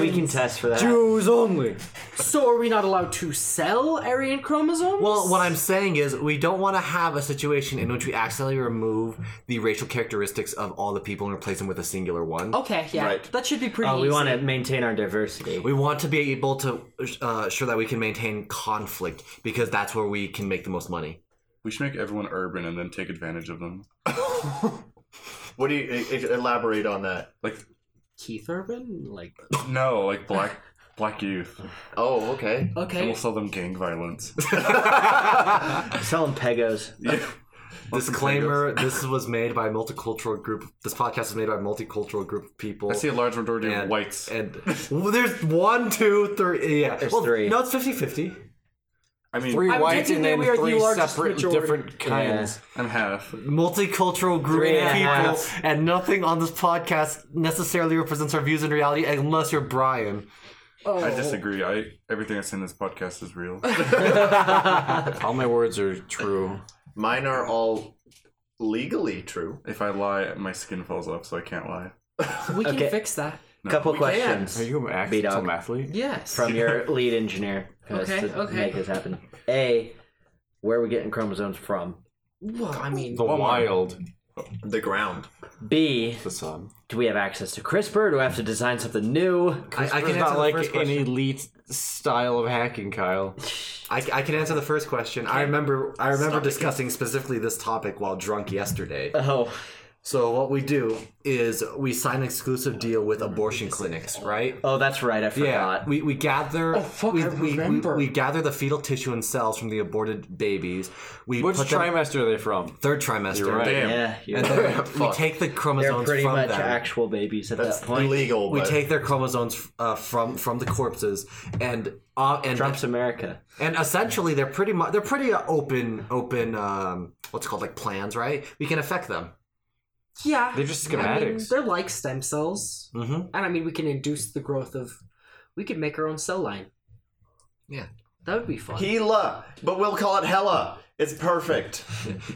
[SPEAKER 3] We can test for that.
[SPEAKER 1] Jews only.
[SPEAKER 5] So are we not allowed to sell Aryan chromosomes?
[SPEAKER 2] Well, what I'm saying is, we don't want to have a situation in which we accidentally remove the racial characteristics of all the people and replace them with a singular one.
[SPEAKER 5] okay, yeah,
[SPEAKER 4] Right.
[SPEAKER 5] that should be pretty.
[SPEAKER 1] Uh,
[SPEAKER 3] Oh, we
[SPEAKER 5] easy.
[SPEAKER 3] want to maintain our diversity.
[SPEAKER 2] We want to be able to uh, sure that we can maintain conflict because that's where we can make the most money.
[SPEAKER 7] We should make everyone urban and then take advantage of them.
[SPEAKER 4] What do you e- e- elaborate on that?
[SPEAKER 7] Like
[SPEAKER 5] Keith Urban, like
[SPEAKER 7] no, like black black youth.
[SPEAKER 4] Oh, okay.
[SPEAKER 7] And
[SPEAKER 5] okay,
[SPEAKER 7] we'll sell them gang violence.
[SPEAKER 3] Sell them Pegos.
[SPEAKER 7] yeah.
[SPEAKER 2] Disclaimer: This was made by a multicultural group. This podcast was made by a multicultural group of people.
[SPEAKER 7] I see a large majority of
[SPEAKER 2] And-
[SPEAKER 7] whites.
[SPEAKER 2] And well, there's one, two, three. Yeah,
[SPEAKER 3] There's
[SPEAKER 2] well,
[SPEAKER 3] three.
[SPEAKER 2] No, it's 50-50.
[SPEAKER 7] I mean,
[SPEAKER 1] Three
[SPEAKER 5] I'm
[SPEAKER 1] whites
[SPEAKER 5] taking
[SPEAKER 1] and
[SPEAKER 5] that
[SPEAKER 1] then
[SPEAKER 5] we are the
[SPEAKER 1] three
[SPEAKER 5] largest
[SPEAKER 1] separate
[SPEAKER 5] majority.
[SPEAKER 1] different kinds.
[SPEAKER 7] I'm half.
[SPEAKER 2] Multicultural group
[SPEAKER 3] Three and
[SPEAKER 2] of
[SPEAKER 3] a
[SPEAKER 2] people,
[SPEAKER 3] half.
[SPEAKER 2] and nothing on this podcast necessarily represents our views in reality, unless you're Brian.
[SPEAKER 5] oh.
[SPEAKER 7] I disagree. I everything I say in this podcast is real.
[SPEAKER 1] All my words are true.
[SPEAKER 4] Mine are all legally true.
[SPEAKER 7] if I lie, my skin falls off, so I can't lie.
[SPEAKER 5] We can
[SPEAKER 3] Okay.
[SPEAKER 5] fix that.
[SPEAKER 3] Couple
[SPEAKER 4] We can.
[SPEAKER 3] questions
[SPEAKER 1] Are you an
[SPEAKER 3] B-Dog.
[SPEAKER 1] actual athlete?
[SPEAKER 5] Yes.
[SPEAKER 3] from your lead engineer 'cause
[SPEAKER 5] Okay,
[SPEAKER 3] to
[SPEAKER 5] okay.
[SPEAKER 3] make this happen. A, where are we getting chromosomes from?
[SPEAKER 5] well, I mean,
[SPEAKER 1] The wild.
[SPEAKER 4] The ground.
[SPEAKER 3] B,
[SPEAKER 1] The sun.
[SPEAKER 3] do we have access to CRISPR? Do I have to design something new?
[SPEAKER 2] I, I
[SPEAKER 1] It's
[SPEAKER 2] can answer
[SPEAKER 1] not
[SPEAKER 2] the
[SPEAKER 1] like
[SPEAKER 2] first
[SPEAKER 1] an
[SPEAKER 2] question.
[SPEAKER 1] elite style of hacking, Kyle.
[SPEAKER 2] I, I can answer the first question. I remember I remember discussing specifically this topic while drunk yesterday.
[SPEAKER 3] Oh,
[SPEAKER 2] So what we do is we sign an exclusive deal with abortion clinics, right?
[SPEAKER 3] oh, that's right. I
[SPEAKER 2] Yeah,
[SPEAKER 3] forgot.
[SPEAKER 2] we, we gather
[SPEAKER 5] fuck,
[SPEAKER 2] we,
[SPEAKER 5] I
[SPEAKER 2] we, we,
[SPEAKER 5] remember.
[SPEAKER 2] we gather the fetal tissue and cells from the aborted babies. We
[SPEAKER 1] Which
[SPEAKER 2] put them-
[SPEAKER 1] trimester are they from?
[SPEAKER 2] third trimester.
[SPEAKER 1] You're right.
[SPEAKER 7] Damn.
[SPEAKER 3] Yeah, you're
[SPEAKER 2] And
[SPEAKER 3] right.
[SPEAKER 2] then we
[SPEAKER 4] Fuck.
[SPEAKER 2] take the
[SPEAKER 3] they're
[SPEAKER 2] chromosomes
[SPEAKER 3] pretty
[SPEAKER 2] from
[SPEAKER 3] much
[SPEAKER 2] them.
[SPEAKER 3] actual babies at
[SPEAKER 4] That's
[SPEAKER 3] that point.
[SPEAKER 4] illegal.
[SPEAKER 2] we
[SPEAKER 4] but
[SPEAKER 2] take their chromosomes uh, from from the corpses and uh, and
[SPEAKER 3] Trump's America.
[SPEAKER 2] and essentially they're pretty much they're pretty uh, open open um what's it called like plans right we can affect them
[SPEAKER 5] yeah.
[SPEAKER 1] They're just
[SPEAKER 5] I mean,
[SPEAKER 1] schematics.
[SPEAKER 5] they're like stem cells,
[SPEAKER 2] mm-hmm
[SPEAKER 5] and I mean, we can induce the growth of. We could make our own cell line.
[SPEAKER 2] Yeah.
[SPEAKER 5] that would be fun.
[SPEAKER 4] Gila, but we'll call it Hella. It's perfect.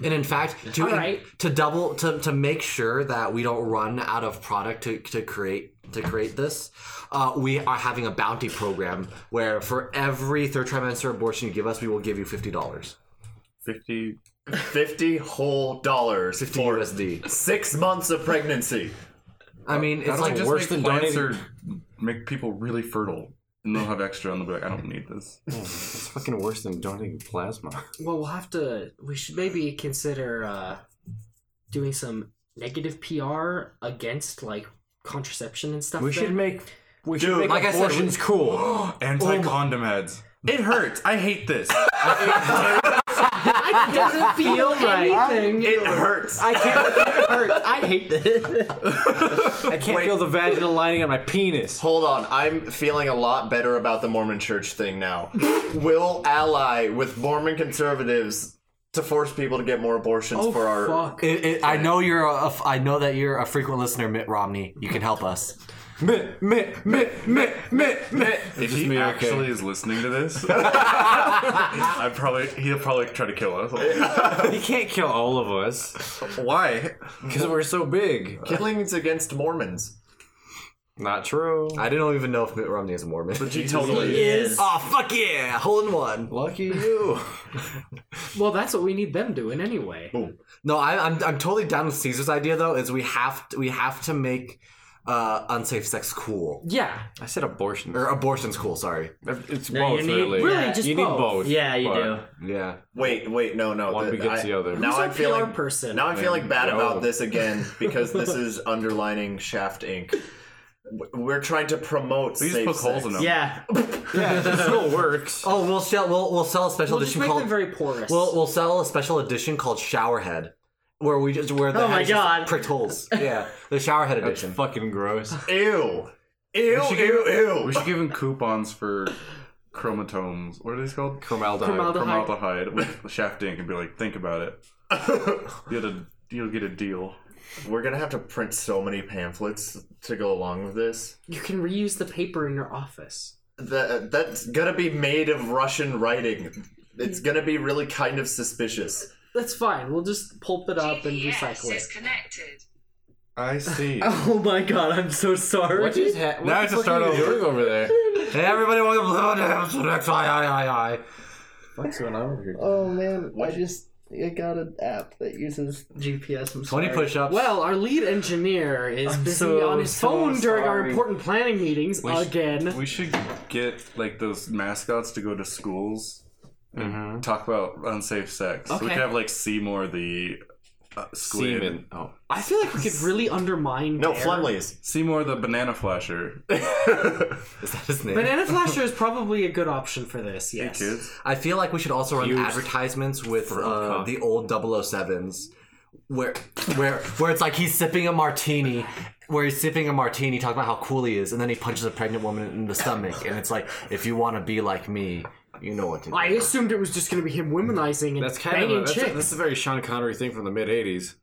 [SPEAKER 2] and in fact to
[SPEAKER 5] All right.
[SPEAKER 2] to double to, to make sure that we don't run out of product to, to create to create this uh, we are having a bounty program where for every third trimester abortion you give us we will give you $50
[SPEAKER 7] Fifty.
[SPEAKER 4] Fifty whole dollars
[SPEAKER 2] 50
[SPEAKER 4] for
[SPEAKER 2] usd
[SPEAKER 4] six months of pregnancy.
[SPEAKER 2] i mean it's
[SPEAKER 7] It's
[SPEAKER 2] like
[SPEAKER 7] like just
[SPEAKER 1] worse
[SPEAKER 7] make
[SPEAKER 1] than
[SPEAKER 7] plants
[SPEAKER 1] donating-
[SPEAKER 7] or make people really fertile, and they'll have extra, and they'll be like, I don't need this.
[SPEAKER 1] It's fucking worse than donating plasma.
[SPEAKER 5] Well, we'll have to. We should maybe consider uh, doing some negative PR against like contraception and stuff.
[SPEAKER 1] We should
[SPEAKER 5] then.
[SPEAKER 1] make we should
[SPEAKER 4] Dude,
[SPEAKER 1] make
[SPEAKER 2] like I said,
[SPEAKER 1] abortions cool.
[SPEAKER 7] Anti-condom ads. It hurts. I hate this.
[SPEAKER 5] I doesn't feel
[SPEAKER 3] right.
[SPEAKER 5] anything.
[SPEAKER 4] It hurts.
[SPEAKER 5] I can't. It hurts. I hate this.
[SPEAKER 1] I can't feel the vaginal lining on my penis.
[SPEAKER 4] Hold on, I'm feeling a lot better about the Mormon church thing now. Will ally with Mormon conservatives to force people to get more abortions
[SPEAKER 5] Oh,
[SPEAKER 4] for our.
[SPEAKER 5] fuck.
[SPEAKER 2] It, it, I know you're a, I know that you're a frequent listener, Mitt Romney. You can help us.
[SPEAKER 1] Meh, meh, meh, meh, meh, meh.
[SPEAKER 7] If
[SPEAKER 1] just
[SPEAKER 7] he
[SPEAKER 1] me, okay.
[SPEAKER 7] actually is listening to this, I probably he'll probably try to kill us.
[SPEAKER 1] He can't kill all of us
[SPEAKER 4] Why?
[SPEAKER 1] because we're so big.
[SPEAKER 4] Killings against Mormons.
[SPEAKER 1] Not true.
[SPEAKER 2] I don't even know if Mitt Romney is a Mormon.
[SPEAKER 7] He totally.
[SPEAKER 3] is.
[SPEAKER 2] Oh fuck yeah! Hole in one.
[SPEAKER 1] Lucky you.
[SPEAKER 5] Well, that's what we need them doing anyway.
[SPEAKER 2] No, I, I'm I'm totally down with Caesar's idea though. Is we have to, we have to make uh, unsafe sex cool
[SPEAKER 5] Yeah.
[SPEAKER 1] I said abortion.
[SPEAKER 2] or abortions cool. Sorry.
[SPEAKER 1] It's
[SPEAKER 3] No,
[SPEAKER 1] both
[SPEAKER 3] you need-
[SPEAKER 1] really.
[SPEAKER 5] Really,
[SPEAKER 3] Yeah,
[SPEAKER 5] just
[SPEAKER 1] you need
[SPEAKER 5] both.
[SPEAKER 1] both.
[SPEAKER 3] Yeah, you
[SPEAKER 1] but-
[SPEAKER 3] do.
[SPEAKER 2] Yeah.
[SPEAKER 4] Wait, wait, no, no.
[SPEAKER 1] One
[SPEAKER 4] the-
[SPEAKER 1] begets
[SPEAKER 4] I-
[SPEAKER 7] E
[SPEAKER 1] the other.
[SPEAKER 4] Now
[SPEAKER 5] Who's
[SPEAKER 4] I'm
[SPEAKER 5] our
[SPEAKER 4] feeling.
[SPEAKER 5] PR person?
[SPEAKER 4] Now I'm feeling bad
[SPEAKER 1] yo.
[SPEAKER 4] about this again because this is underlining Shaft Inc. W- We're trying to promote.
[SPEAKER 7] We just
[SPEAKER 4] safe
[SPEAKER 7] poke holes in
[SPEAKER 4] sex.
[SPEAKER 7] them.
[SPEAKER 3] Yeah.
[SPEAKER 1] Yeah, it still works.
[SPEAKER 2] Oh, we'll sell we'll, we'll sell a special
[SPEAKER 5] We'll just
[SPEAKER 2] edition
[SPEAKER 5] make
[SPEAKER 2] called
[SPEAKER 5] them very porous.
[SPEAKER 2] we'll, we'll sell a special edition called Showerhead, where we just where the
[SPEAKER 3] Oh my
[SPEAKER 2] head is just
[SPEAKER 3] God.
[SPEAKER 2] pricked holes. Yeah, the Showerhead
[SPEAKER 1] That's
[SPEAKER 2] edition.
[SPEAKER 1] fucking gross.
[SPEAKER 4] Ew. Ew,
[SPEAKER 7] should give-
[SPEAKER 4] ew,
[SPEAKER 7] We
[SPEAKER 4] ew.
[SPEAKER 7] should give him coupons for chromatomes. What are these called?
[SPEAKER 1] Formaldehyde.
[SPEAKER 5] Formaldehyde.
[SPEAKER 7] Formaldehyde with Shaft Inc. and be like, think about it. You get a, you'll get a deal.
[SPEAKER 4] We're gonna have to print so many pamphlets to go along with this.
[SPEAKER 5] you can reuse the paper in your office.
[SPEAKER 4] That that's gonna be made of Russian writing. It's gonna be really kind of suspicious.
[SPEAKER 5] That's fine. We'll just pulp it up and recycle it.
[SPEAKER 8] connected.
[SPEAKER 7] I see.
[SPEAKER 3] Oh my god, I'm so sorry.
[SPEAKER 1] What is ha- what
[SPEAKER 7] Now I
[SPEAKER 1] the
[SPEAKER 7] have to
[SPEAKER 1] fuck
[SPEAKER 7] start
[SPEAKER 1] are you
[SPEAKER 7] over.
[SPEAKER 1] doing over there?
[SPEAKER 2] Hey everybody, welcome to the episode X I I I I.
[SPEAKER 1] What's going on over here?
[SPEAKER 3] Oh man, I just I got an app that uses GPS. I'm
[SPEAKER 2] Twenty
[SPEAKER 3] sorry.
[SPEAKER 2] push-ups.
[SPEAKER 5] Well, our lead engineer is
[SPEAKER 3] I'm
[SPEAKER 5] busy
[SPEAKER 3] so,
[SPEAKER 5] on his
[SPEAKER 3] so
[SPEAKER 5] phone during our
[SPEAKER 3] sorry.
[SPEAKER 5] important planning meetings again.
[SPEAKER 7] We should get like those mascots to go to schools and talk about unsafe sex. So we
[SPEAKER 5] Okay.
[SPEAKER 7] could have like Seymour the uh, squid.
[SPEAKER 1] Semen. Oh,
[SPEAKER 5] I feel like we could really undermine.
[SPEAKER 4] No,
[SPEAKER 5] Bear.
[SPEAKER 4] Flemleys.
[SPEAKER 7] Seymour the banana flasher.
[SPEAKER 2] is that his name?
[SPEAKER 5] Banana Flasher is probably a good option for this.
[SPEAKER 7] Hey
[SPEAKER 5] Yes.
[SPEAKER 7] kids.
[SPEAKER 2] I feel like we should also run
[SPEAKER 1] Huge
[SPEAKER 2] advertisements with uh,
[SPEAKER 1] cock.
[SPEAKER 2] the old 007s where where where it's like he's sipping a martini where he's sipping a martini talking about how cool he is and then he punches a pregnant woman in the stomach and it's like if you want to be like me you know what to do
[SPEAKER 5] I assumed it was just going to be him womanizing and
[SPEAKER 1] that's kind
[SPEAKER 5] banging
[SPEAKER 1] of a, that's, a,
[SPEAKER 5] chicks.
[SPEAKER 1] that's a very Sean Connery thing from the mid '80s.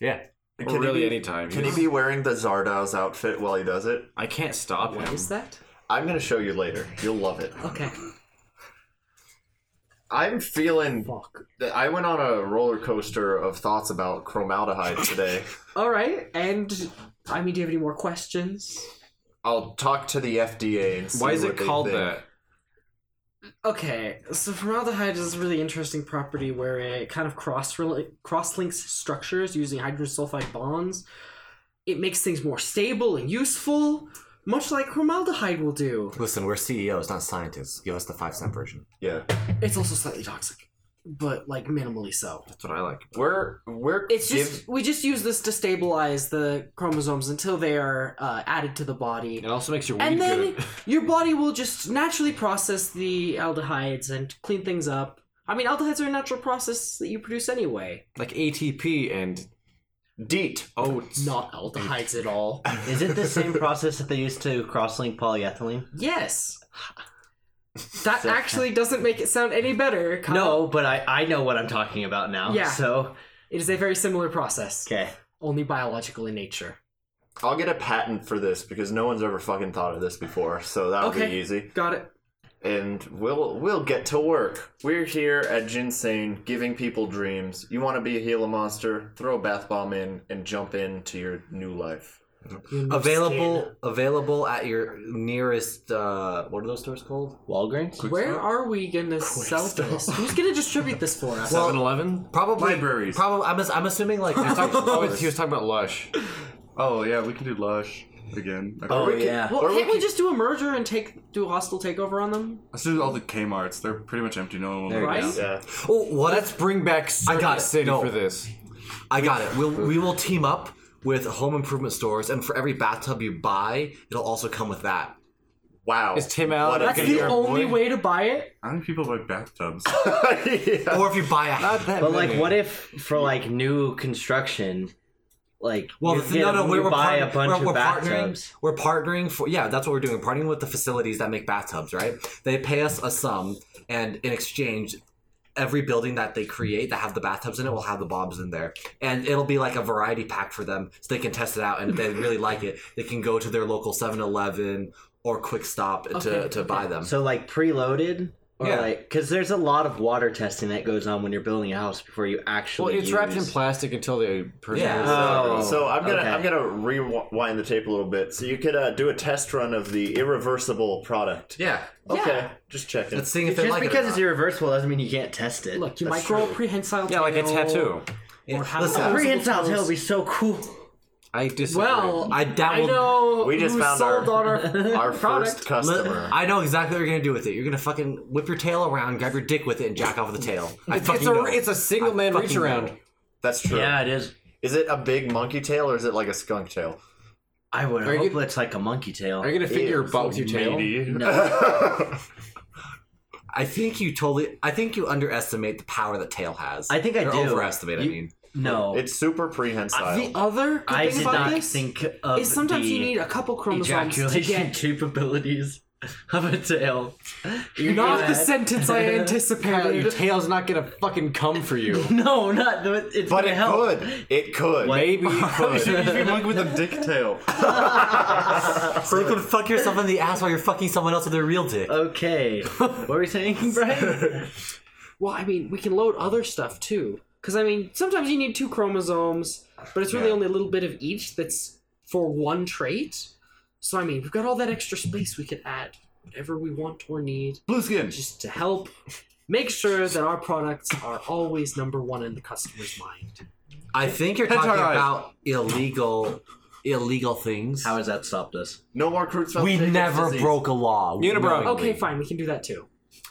[SPEAKER 2] yeah
[SPEAKER 1] Or
[SPEAKER 4] Can he
[SPEAKER 1] really,
[SPEAKER 4] be-
[SPEAKER 1] any time.
[SPEAKER 4] Can he be wearing the Zardoz outfit while he does it?
[SPEAKER 1] I can't stop him.
[SPEAKER 5] Is that
[SPEAKER 4] I'm gonna show you later. You'll love it.
[SPEAKER 5] okay?
[SPEAKER 4] I'm feeling.
[SPEAKER 5] Fuck.
[SPEAKER 4] I went on a roller coaster of thoughts about chromaldehyde today.
[SPEAKER 5] All right, and I mean, do you have any more questions?
[SPEAKER 4] I'll talk to the FDA and see
[SPEAKER 1] Why is
[SPEAKER 4] what
[SPEAKER 1] it
[SPEAKER 4] they
[SPEAKER 1] called
[SPEAKER 4] think.
[SPEAKER 1] that?
[SPEAKER 5] Okay, so formaldehyde is a really interesting property where it kind of cross cross links structures using hydrogen sulfide bonds. It makes things more stable and useful, much like formaldehyde will do.
[SPEAKER 2] listen we're CEOs not scientists give us the 5 cent version
[SPEAKER 4] Yeah,
[SPEAKER 5] It's also slightly toxic, but like minimally so.
[SPEAKER 1] That's what I like.
[SPEAKER 4] we're we're
[SPEAKER 5] It's
[SPEAKER 4] giv-
[SPEAKER 5] just we just use this to stabilize the chromosomes until they are uh, added to the body.
[SPEAKER 1] It also makes your weed
[SPEAKER 5] and then
[SPEAKER 1] good.
[SPEAKER 5] your body will just naturally process the aldehydes and clean things up. I mean, aldehydes are a natural process that you produce anyway.
[SPEAKER 1] like ATP and DEET. Oh, it's E
[SPEAKER 5] Not aldehydes at all.
[SPEAKER 3] Is it the same process that they used to cross-link polyethylene?
[SPEAKER 5] Yes. That
[SPEAKER 3] So-
[SPEAKER 5] actually doesn't make it sound any better. Kyle.
[SPEAKER 3] No, but I I know what I'm talking about now.
[SPEAKER 5] Yeah.
[SPEAKER 3] So
[SPEAKER 5] It is a very similar process,
[SPEAKER 3] okay.
[SPEAKER 5] only biological in nature.
[SPEAKER 4] I'll get a patent for this because no one's ever fucking thought of this before, so that'll be
[SPEAKER 5] Okay.
[SPEAKER 4] easy.
[SPEAKER 5] Got it.
[SPEAKER 4] And we'll we'll get to work. We're here at Ginsane giving people dreams. You want to be a Gila monster? Throw a bath bomb in and jump into your new life.
[SPEAKER 2] available available at your nearest uh, what are those stores called
[SPEAKER 3] Walgreens.
[SPEAKER 5] Where are we gonna sell this? Who's gonna distribute this for us?
[SPEAKER 1] 7-Eleven.
[SPEAKER 2] probably
[SPEAKER 7] Libraries.
[SPEAKER 2] probably I'm, ass- I'm assuming like there's like-
[SPEAKER 1] Oh, he was talking about Lush.
[SPEAKER 7] Oh yeah, we can do Lush again.
[SPEAKER 3] Oh
[SPEAKER 7] Okay.
[SPEAKER 3] yeah.
[SPEAKER 5] well,
[SPEAKER 4] or we
[SPEAKER 5] can't we
[SPEAKER 4] could-
[SPEAKER 5] just do a merger and take do a hostile takeover on them?
[SPEAKER 7] Let's do all the Kmart's. They're pretty much empty. No one will
[SPEAKER 3] There
[SPEAKER 7] go.
[SPEAKER 3] you
[SPEAKER 5] Right?
[SPEAKER 3] go.
[SPEAKER 4] Yeah.
[SPEAKER 2] oh what
[SPEAKER 1] Let's bring back Circuit
[SPEAKER 2] got it.
[SPEAKER 1] City
[SPEAKER 2] No.
[SPEAKER 1] for this.
[SPEAKER 2] I got it. We'll, we will team up with home improvement stores, and for every bathtub you buy, it'll also come with that.
[SPEAKER 4] Wow.
[SPEAKER 1] Is Tim
[SPEAKER 4] What
[SPEAKER 1] Allen
[SPEAKER 5] That's
[SPEAKER 4] a
[SPEAKER 1] Okay,
[SPEAKER 5] the
[SPEAKER 1] you're a
[SPEAKER 5] only
[SPEAKER 1] boy.
[SPEAKER 5] way to buy it.
[SPEAKER 7] How many people buy bathtubs?
[SPEAKER 4] yeah.
[SPEAKER 2] Or if you buy a
[SPEAKER 1] Not that
[SPEAKER 3] But like,
[SPEAKER 1] many.
[SPEAKER 3] what if for like new construction, like
[SPEAKER 2] Well,
[SPEAKER 3] you
[SPEAKER 2] the thing, no,
[SPEAKER 3] get-
[SPEAKER 2] no,
[SPEAKER 3] you
[SPEAKER 2] we're, we're,
[SPEAKER 3] buy
[SPEAKER 2] partner-
[SPEAKER 3] a bunch
[SPEAKER 2] we're,
[SPEAKER 3] of
[SPEAKER 2] we're
[SPEAKER 3] bathtubs.
[SPEAKER 2] partnering. We're partnering for yeah, that's what we're doing. We're partnering with the facilities that make bathtubs, right? They pay us a sum, and in exchange, every building that they create that have the bathtubs in it will have the bombs in there, and it'll be like a variety pack for them, so they can test it out, and if they really like it, they can go to their local 7-Eleven or Quick Stop to,
[SPEAKER 5] Okay,
[SPEAKER 2] to buy them.
[SPEAKER 3] So like preloaded, or
[SPEAKER 2] Yeah.
[SPEAKER 3] like because there's a lot of water testing that goes on when you're building a house before you
[SPEAKER 1] Well,
[SPEAKER 3] actually.
[SPEAKER 1] it's wrapped in
[SPEAKER 3] use-
[SPEAKER 1] plastic until the person.
[SPEAKER 2] Yeah.
[SPEAKER 3] Oh,
[SPEAKER 4] So I'm gonna
[SPEAKER 3] okay.
[SPEAKER 4] I'm gonna rewind the tape a little bit. So you could uh, do a test run of the irreversible product.
[SPEAKER 2] yeah,
[SPEAKER 4] Okay, just checking.
[SPEAKER 2] let's see if they
[SPEAKER 3] Just
[SPEAKER 2] like it. or
[SPEAKER 3] because it's
[SPEAKER 2] not.
[SPEAKER 3] irreversible doesn't mean you can't test it.
[SPEAKER 5] Look, you
[SPEAKER 4] That's
[SPEAKER 5] might grow a
[SPEAKER 4] true.
[SPEAKER 5] prehensile
[SPEAKER 1] Yeah, like a
[SPEAKER 5] tail,
[SPEAKER 1] tattoo.
[SPEAKER 2] Yeah,
[SPEAKER 5] Or how
[SPEAKER 2] listen,
[SPEAKER 5] Oh,
[SPEAKER 3] prehensile tail would be so cool.
[SPEAKER 1] I disagree.
[SPEAKER 5] Well,
[SPEAKER 2] I doubt-
[SPEAKER 5] I know
[SPEAKER 4] We just
[SPEAKER 5] who
[SPEAKER 4] found
[SPEAKER 5] sold
[SPEAKER 4] our-
[SPEAKER 5] on our
[SPEAKER 4] Our first
[SPEAKER 5] product.
[SPEAKER 2] Li-
[SPEAKER 4] customer.
[SPEAKER 2] I know exactly what you're gonna do with it. You're gonna fucking whip your tail around, grab your dick with it, and jack off with the tail. I
[SPEAKER 1] it's,
[SPEAKER 2] fucking
[SPEAKER 1] it's a
[SPEAKER 2] know.
[SPEAKER 1] it's a single
[SPEAKER 2] I
[SPEAKER 1] man
[SPEAKER 2] fucking
[SPEAKER 1] reach around.
[SPEAKER 2] know.
[SPEAKER 4] That's true.
[SPEAKER 3] Yeah, it is.
[SPEAKER 4] Is it a big monkey tail or is it like a skunk tail?
[SPEAKER 3] I would
[SPEAKER 1] Are you
[SPEAKER 3] hope
[SPEAKER 1] gonna-
[SPEAKER 3] it's like a monkey tail.
[SPEAKER 1] Are you gonna fit
[SPEAKER 4] Ew,
[SPEAKER 1] your butt with your tail?
[SPEAKER 7] Maybe.
[SPEAKER 3] no,
[SPEAKER 2] I think you totally. I think you underestimate the power that tail has.
[SPEAKER 3] I think I
[SPEAKER 2] Or
[SPEAKER 3] do.
[SPEAKER 2] overestimate. I
[SPEAKER 3] You-
[SPEAKER 2] mean,
[SPEAKER 3] no.
[SPEAKER 4] it's super prehensile.
[SPEAKER 5] The other good
[SPEAKER 3] I
[SPEAKER 5] thing
[SPEAKER 3] did
[SPEAKER 5] about
[SPEAKER 3] not
[SPEAKER 5] this
[SPEAKER 3] think of
[SPEAKER 5] is sometimes
[SPEAKER 3] the
[SPEAKER 5] you need a couple chromosomes to
[SPEAKER 3] ejaculation
[SPEAKER 5] get.
[SPEAKER 3] capabilities of a tail. You're
[SPEAKER 5] Not
[SPEAKER 3] gonna-
[SPEAKER 5] the sentence I
[SPEAKER 1] Kyle, your
[SPEAKER 5] anticipated.
[SPEAKER 1] tail's not gonna fucking come for you.
[SPEAKER 3] No, not the, it's
[SPEAKER 4] but
[SPEAKER 3] gonna
[SPEAKER 4] it
[SPEAKER 3] help.
[SPEAKER 4] could. It could.
[SPEAKER 1] Maybe it could.
[SPEAKER 7] If you monkey with a dick tail.
[SPEAKER 2] so you could fuck yourself in the ass while you're fucking someone else with their real dick.
[SPEAKER 3] Uh, Okay. what were you saying, Brian?
[SPEAKER 5] Well, I mean, we can load other stuff too. Because I mean, sometimes you need two chromosomes, but it's really only a little bit of each that's for one trait. So I mean, we've got all that extra space we could add whatever we want or need,
[SPEAKER 7] Blue skin.
[SPEAKER 5] just to help make sure that our products are always number one in the customer's mind.
[SPEAKER 2] I think you're talking
[SPEAKER 7] eyes.
[SPEAKER 2] about illegal, illegal things.
[SPEAKER 3] How has that stopped us?
[SPEAKER 4] No more crude
[SPEAKER 2] we never broke a law.
[SPEAKER 1] Unibrow.
[SPEAKER 2] knowingly.
[SPEAKER 5] Okay, fine, we can do that too.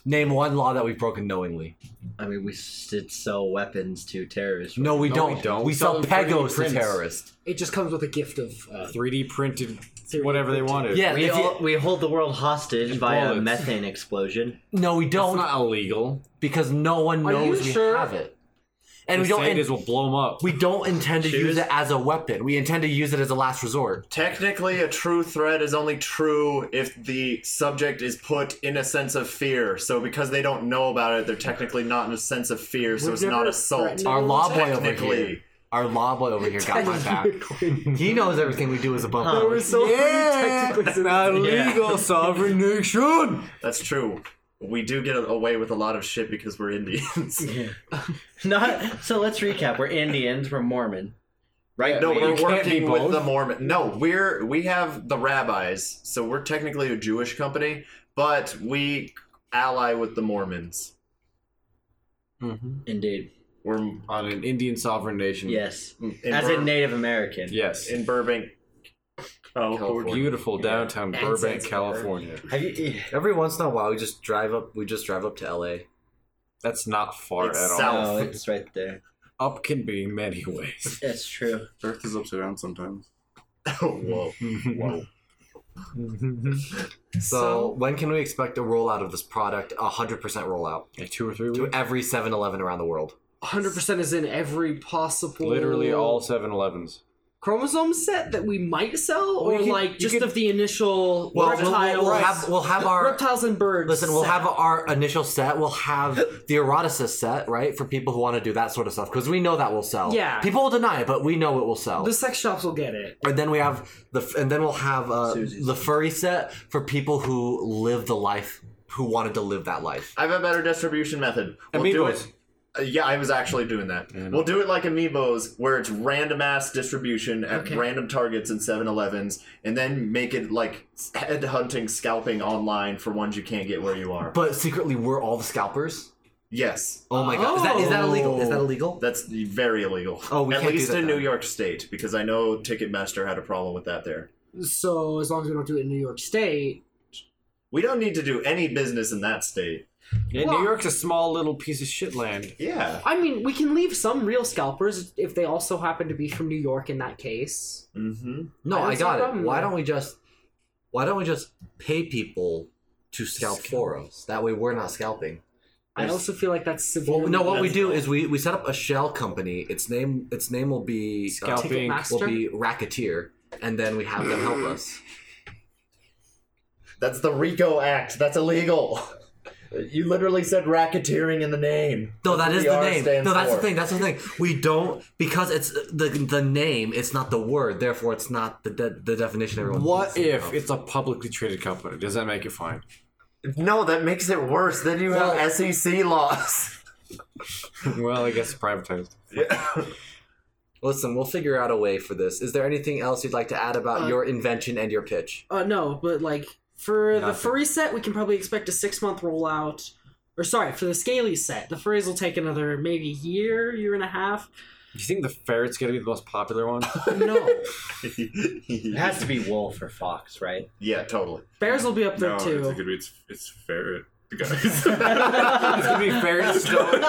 [SPEAKER 2] Name one law that we've broken knowingly.
[SPEAKER 3] I mean, we s- did sell weapons to terrorists.
[SPEAKER 2] No, we
[SPEAKER 1] No,
[SPEAKER 2] don't.
[SPEAKER 1] we don't.
[SPEAKER 2] We sell
[SPEAKER 1] Sell pretty
[SPEAKER 2] pegos to
[SPEAKER 1] prints.
[SPEAKER 2] terrorists.
[SPEAKER 5] It just comes with a gift of uh,
[SPEAKER 1] 3D printed
[SPEAKER 5] 3D
[SPEAKER 1] whatever they
[SPEAKER 5] printed.
[SPEAKER 1] wanted.
[SPEAKER 2] Yeah.
[SPEAKER 3] We,
[SPEAKER 2] if you-
[SPEAKER 3] all, we hold the world hostage by a
[SPEAKER 1] bullets.
[SPEAKER 3] methane explosion.
[SPEAKER 2] No, we
[SPEAKER 1] That's
[SPEAKER 2] don't.
[SPEAKER 1] not illegal.
[SPEAKER 2] because no one
[SPEAKER 5] Are you
[SPEAKER 2] knows we
[SPEAKER 5] sure?
[SPEAKER 2] have it. And
[SPEAKER 1] the
[SPEAKER 2] we don't.
[SPEAKER 1] sadists
[SPEAKER 2] and
[SPEAKER 1] will blow them up.
[SPEAKER 2] we don't intend to use it as a weapon. We intend to use it as a last resort.
[SPEAKER 4] Technically, a true threat is only true if the subject is put in a sense of fear. So, because they don't know about it, they're technically not in a sense of fear, so
[SPEAKER 5] We've
[SPEAKER 4] it's not
[SPEAKER 5] never
[SPEAKER 4] assault.
[SPEAKER 5] threatened-
[SPEAKER 2] Our law boy over here.
[SPEAKER 4] Technically.
[SPEAKER 2] Our law boy over here got my back. He knows everything we do is above.
[SPEAKER 3] Huh.
[SPEAKER 2] board.
[SPEAKER 5] So
[SPEAKER 1] technically it's not illegal, sovereign nation.
[SPEAKER 4] That's true. We do get away with a lot of shit because we're Indians.
[SPEAKER 3] Not so. Let's recap. We're Indians. We're Mormon. Right?
[SPEAKER 4] No,
[SPEAKER 3] We-
[SPEAKER 4] we're
[SPEAKER 1] can't be
[SPEAKER 4] working with
[SPEAKER 1] both.
[SPEAKER 4] the Mormon. No, we're we have the rabbis, so we're technically a Jewish company, but we ally with the Mormons.
[SPEAKER 2] Mm-hmm.
[SPEAKER 3] indeed.
[SPEAKER 4] We're in
[SPEAKER 1] On an Indian sovereign nation.
[SPEAKER 3] Yes.
[SPEAKER 4] Mm-hmm.
[SPEAKER 3] As
[SPEAKER 4] Bur-
[SPEAKER 3] a Native American.
[SPEAKER 1] Yes.
[SPEAKER 4] in Burbank.
[SPEAKER 3] Oh,
[SPEAKER 4] California.
[SPEAKER 1] Beautiful downtown Burbank,
[SPEAKER 5] Nonsense.
[SPEAKER 1] California.
[SPEAKER 3] Have you?
[SPEAKER 2] Every once in a while, we just drive up. We just drive up to LA.
[SPEAKER 1] That's not far
[SPEAKER 4] It's
[SPEAKER 1] at all.
[SPEAKER 4] south.
[SPEAKER 3] No, Oh, it's right there.
[SPEAKER 1] Up can be many ways.
[SPEAKER 3] That's true.
[SPEAKER 7] Earth is upside down sometimes.
[SPEAKER 4] Whoa. Whoa.
[SPEAKER 2] So, when can we expect a rollout of this product? A hundred percent rollout
[SPEAKER 1] Like two or three
[SPEAKER 2] to
[SPEAKER 1] weeks.
[SPEAKER 2] every 7-Eleven around the world.
[SPEAKER 5] 100% is in every possible
[SPEAKER 1] Literally all 7 Elevens.
[SPEAKER 5] chromosome set that we might sell,
[SPEAKER 1] Well, you
[SPEAKER 5] or
[SPEAKER 1] could-
[SPEAKER 5] like
[SPEAKER 1] you
[SPEAKER 5] just
[SPEAKER 1] could-
[SPEAKER 5] of the initial
[SPEAKER 2] Well, we'll-
[SPEAKER 5] reptiles,
[SPEAKER 2] we'll, we'll have we'll have our
[SPEAKER 5] reptiles and birds.
[SPEAKER 2] Listen, we'll
[SPEAKER 5] set.
[SPEAKER 2] have our initial set. We'll have the erotica set, right, for people who want to do that sort of stuff because we know that will sell.
[SPEAKER 5] Yeah.
[SPEAKER 2] people will deny it, but we know it will sell.
[SPEAKER 5] the sex shops will get it.
[SPEAKER 2] and then we have the, f- and then we'll have uh,
[SPEAKER 3] Susie's.
[SPEAKER 2] the furry set for people who live the life, who wanted to live that life.
[SPEAKER 4] I have a better distribution method. We'll do
[SPEAKER 1] Amiibos.
[SPEAKER 4] it. Uh, yeah, I was actually doing that. We'll do it like Amiibos, where it's random ass distribution at
[SPEAKER 5] Okay.
[SPEAKER 4] random targets and 7 Elevens, and then make it like head hunting, scalping online for ones you can't get where you are.
[SPEAKER 2] But secretly, we're all the scalpers.
[SPEAKER 4] yes,
[SPEAKER 2] Oh my god, is that is that illegal? Is that illegal?
[SPEAKER 4] that's very illegal.
[SPEAKER 2] Oh, we
[SPEAKER 4] At
[SPEAKER 2] can't do
[SPEAKER 4] least
[SPEAKER 2] that
[SPEAKER 4] in
[SPEAKER 2] then.
[SPEAKER 4] New York State, because I know Ticketmaster had a problem with that there.
[SPEAKER 5] So as long as we don't do it in New York State,
[SPEAKER 4] We don't need to do any business in that state.
[SPEAKER 1] Yeah,
[SPEAKER 5] Well-
[SPEAKER 1] New York's a small little piece of shit land.
[SPEAKER 4] Yeah.
[SPEAKER 5] I mean, we can leave some real scalpers if they also happen to be from New York. In that case,
[SPEAKER 4] Mm-hmm.
[SPEAKER 2] No,
[SPEAKER 5] I don't
[SPEAKER 2] I
[SPEAKER 5] see a
[SPEAKER 2] got it.
[SPEAKER 5] problem
[SPEAKER 2] Why
[SPEAKER 5] there.
[SPEAKER 2] don't we just why don't we just pay people to scalp for us? That way we're not scalping.
[SPEAKER 5] I also feel like that's severely.
[SPEAKER 2] Well, no, what we
[SPEAKER 4] That's
[SPEAKER 2] do
[SPEAKER 4] all.
[SPEAKER 2] is we, we set up a shell company. Its name its name will be uh,
[SPEAKER 1] Scalping.
[SPEAKER 2] will
[SPEAKER 5] Ticketmaster?
[SPEAKER 2] be Racketeer, and then we have them help us.
[SPEAKER 4] That's the RICO Act. That's illegal. You literally said racketeering in the name.
[SPEAKER 2] No, that
[SPEAKER 4] That's
[SPEAKER 2] is
[SPEAKER 4] what
[SPEAKER 2] the
[SPEAKER 4] R
[SPEAKER 2] name.
[SPEAKER 4] stands
[SPEAKER 2] No, that's the
[SPEAKER 4] for.
[SPEAKER 2] thing. That's the thing. We don't because it's the the name. It's not the word. Therefore, it's not the de- the definition everyone.
[SPEAKER 1] What
[SPEAKER 2] thinks
[SPEAKER 1] if
[SPEAKER 2] of.
[SPEAKER 1] it's a publicly traded company? Does that make it fine?
[SPEAKER 4] No, that makes it worse. Then you have
[SPEAKER 2] Well-
[SPEAKER 4] SEC laws.
[SPEAKER 1] well, I guess privatized.
[SPEAKER 4] Yeah.
[SPEAKER 2] Listen, we'll figure out a way for this. Is there anything else you'd like to add about
[SPEAKER 5] Uh,
[SPEAKER 2] your invention and your pitch?
[SPEAKER 5] Uh, no, but like for the
[SPEAKER 1] Nothing.
[SPEAKER 5] furry set, we can probably expect a six month rollout. Or sorry, for the scaly set, the furries will take another maybe year, year and a half.
[SPEAKER 1] You think the ferret's gonna be the most popular one?
[SPEAKER 5] No,
[SPEAKER 3] It has to be wolf or fox, right?
[SPEAKER 4] yeah, totally.
[SPEAKER 5] bears will be up there
[SPEAKER 7] No,
[SPEAKER 5] too.
[SPEAKER 7] it's a good read. It's, it's ferret, guys.
[SPEAKER 1] it's gonna be ferret stone.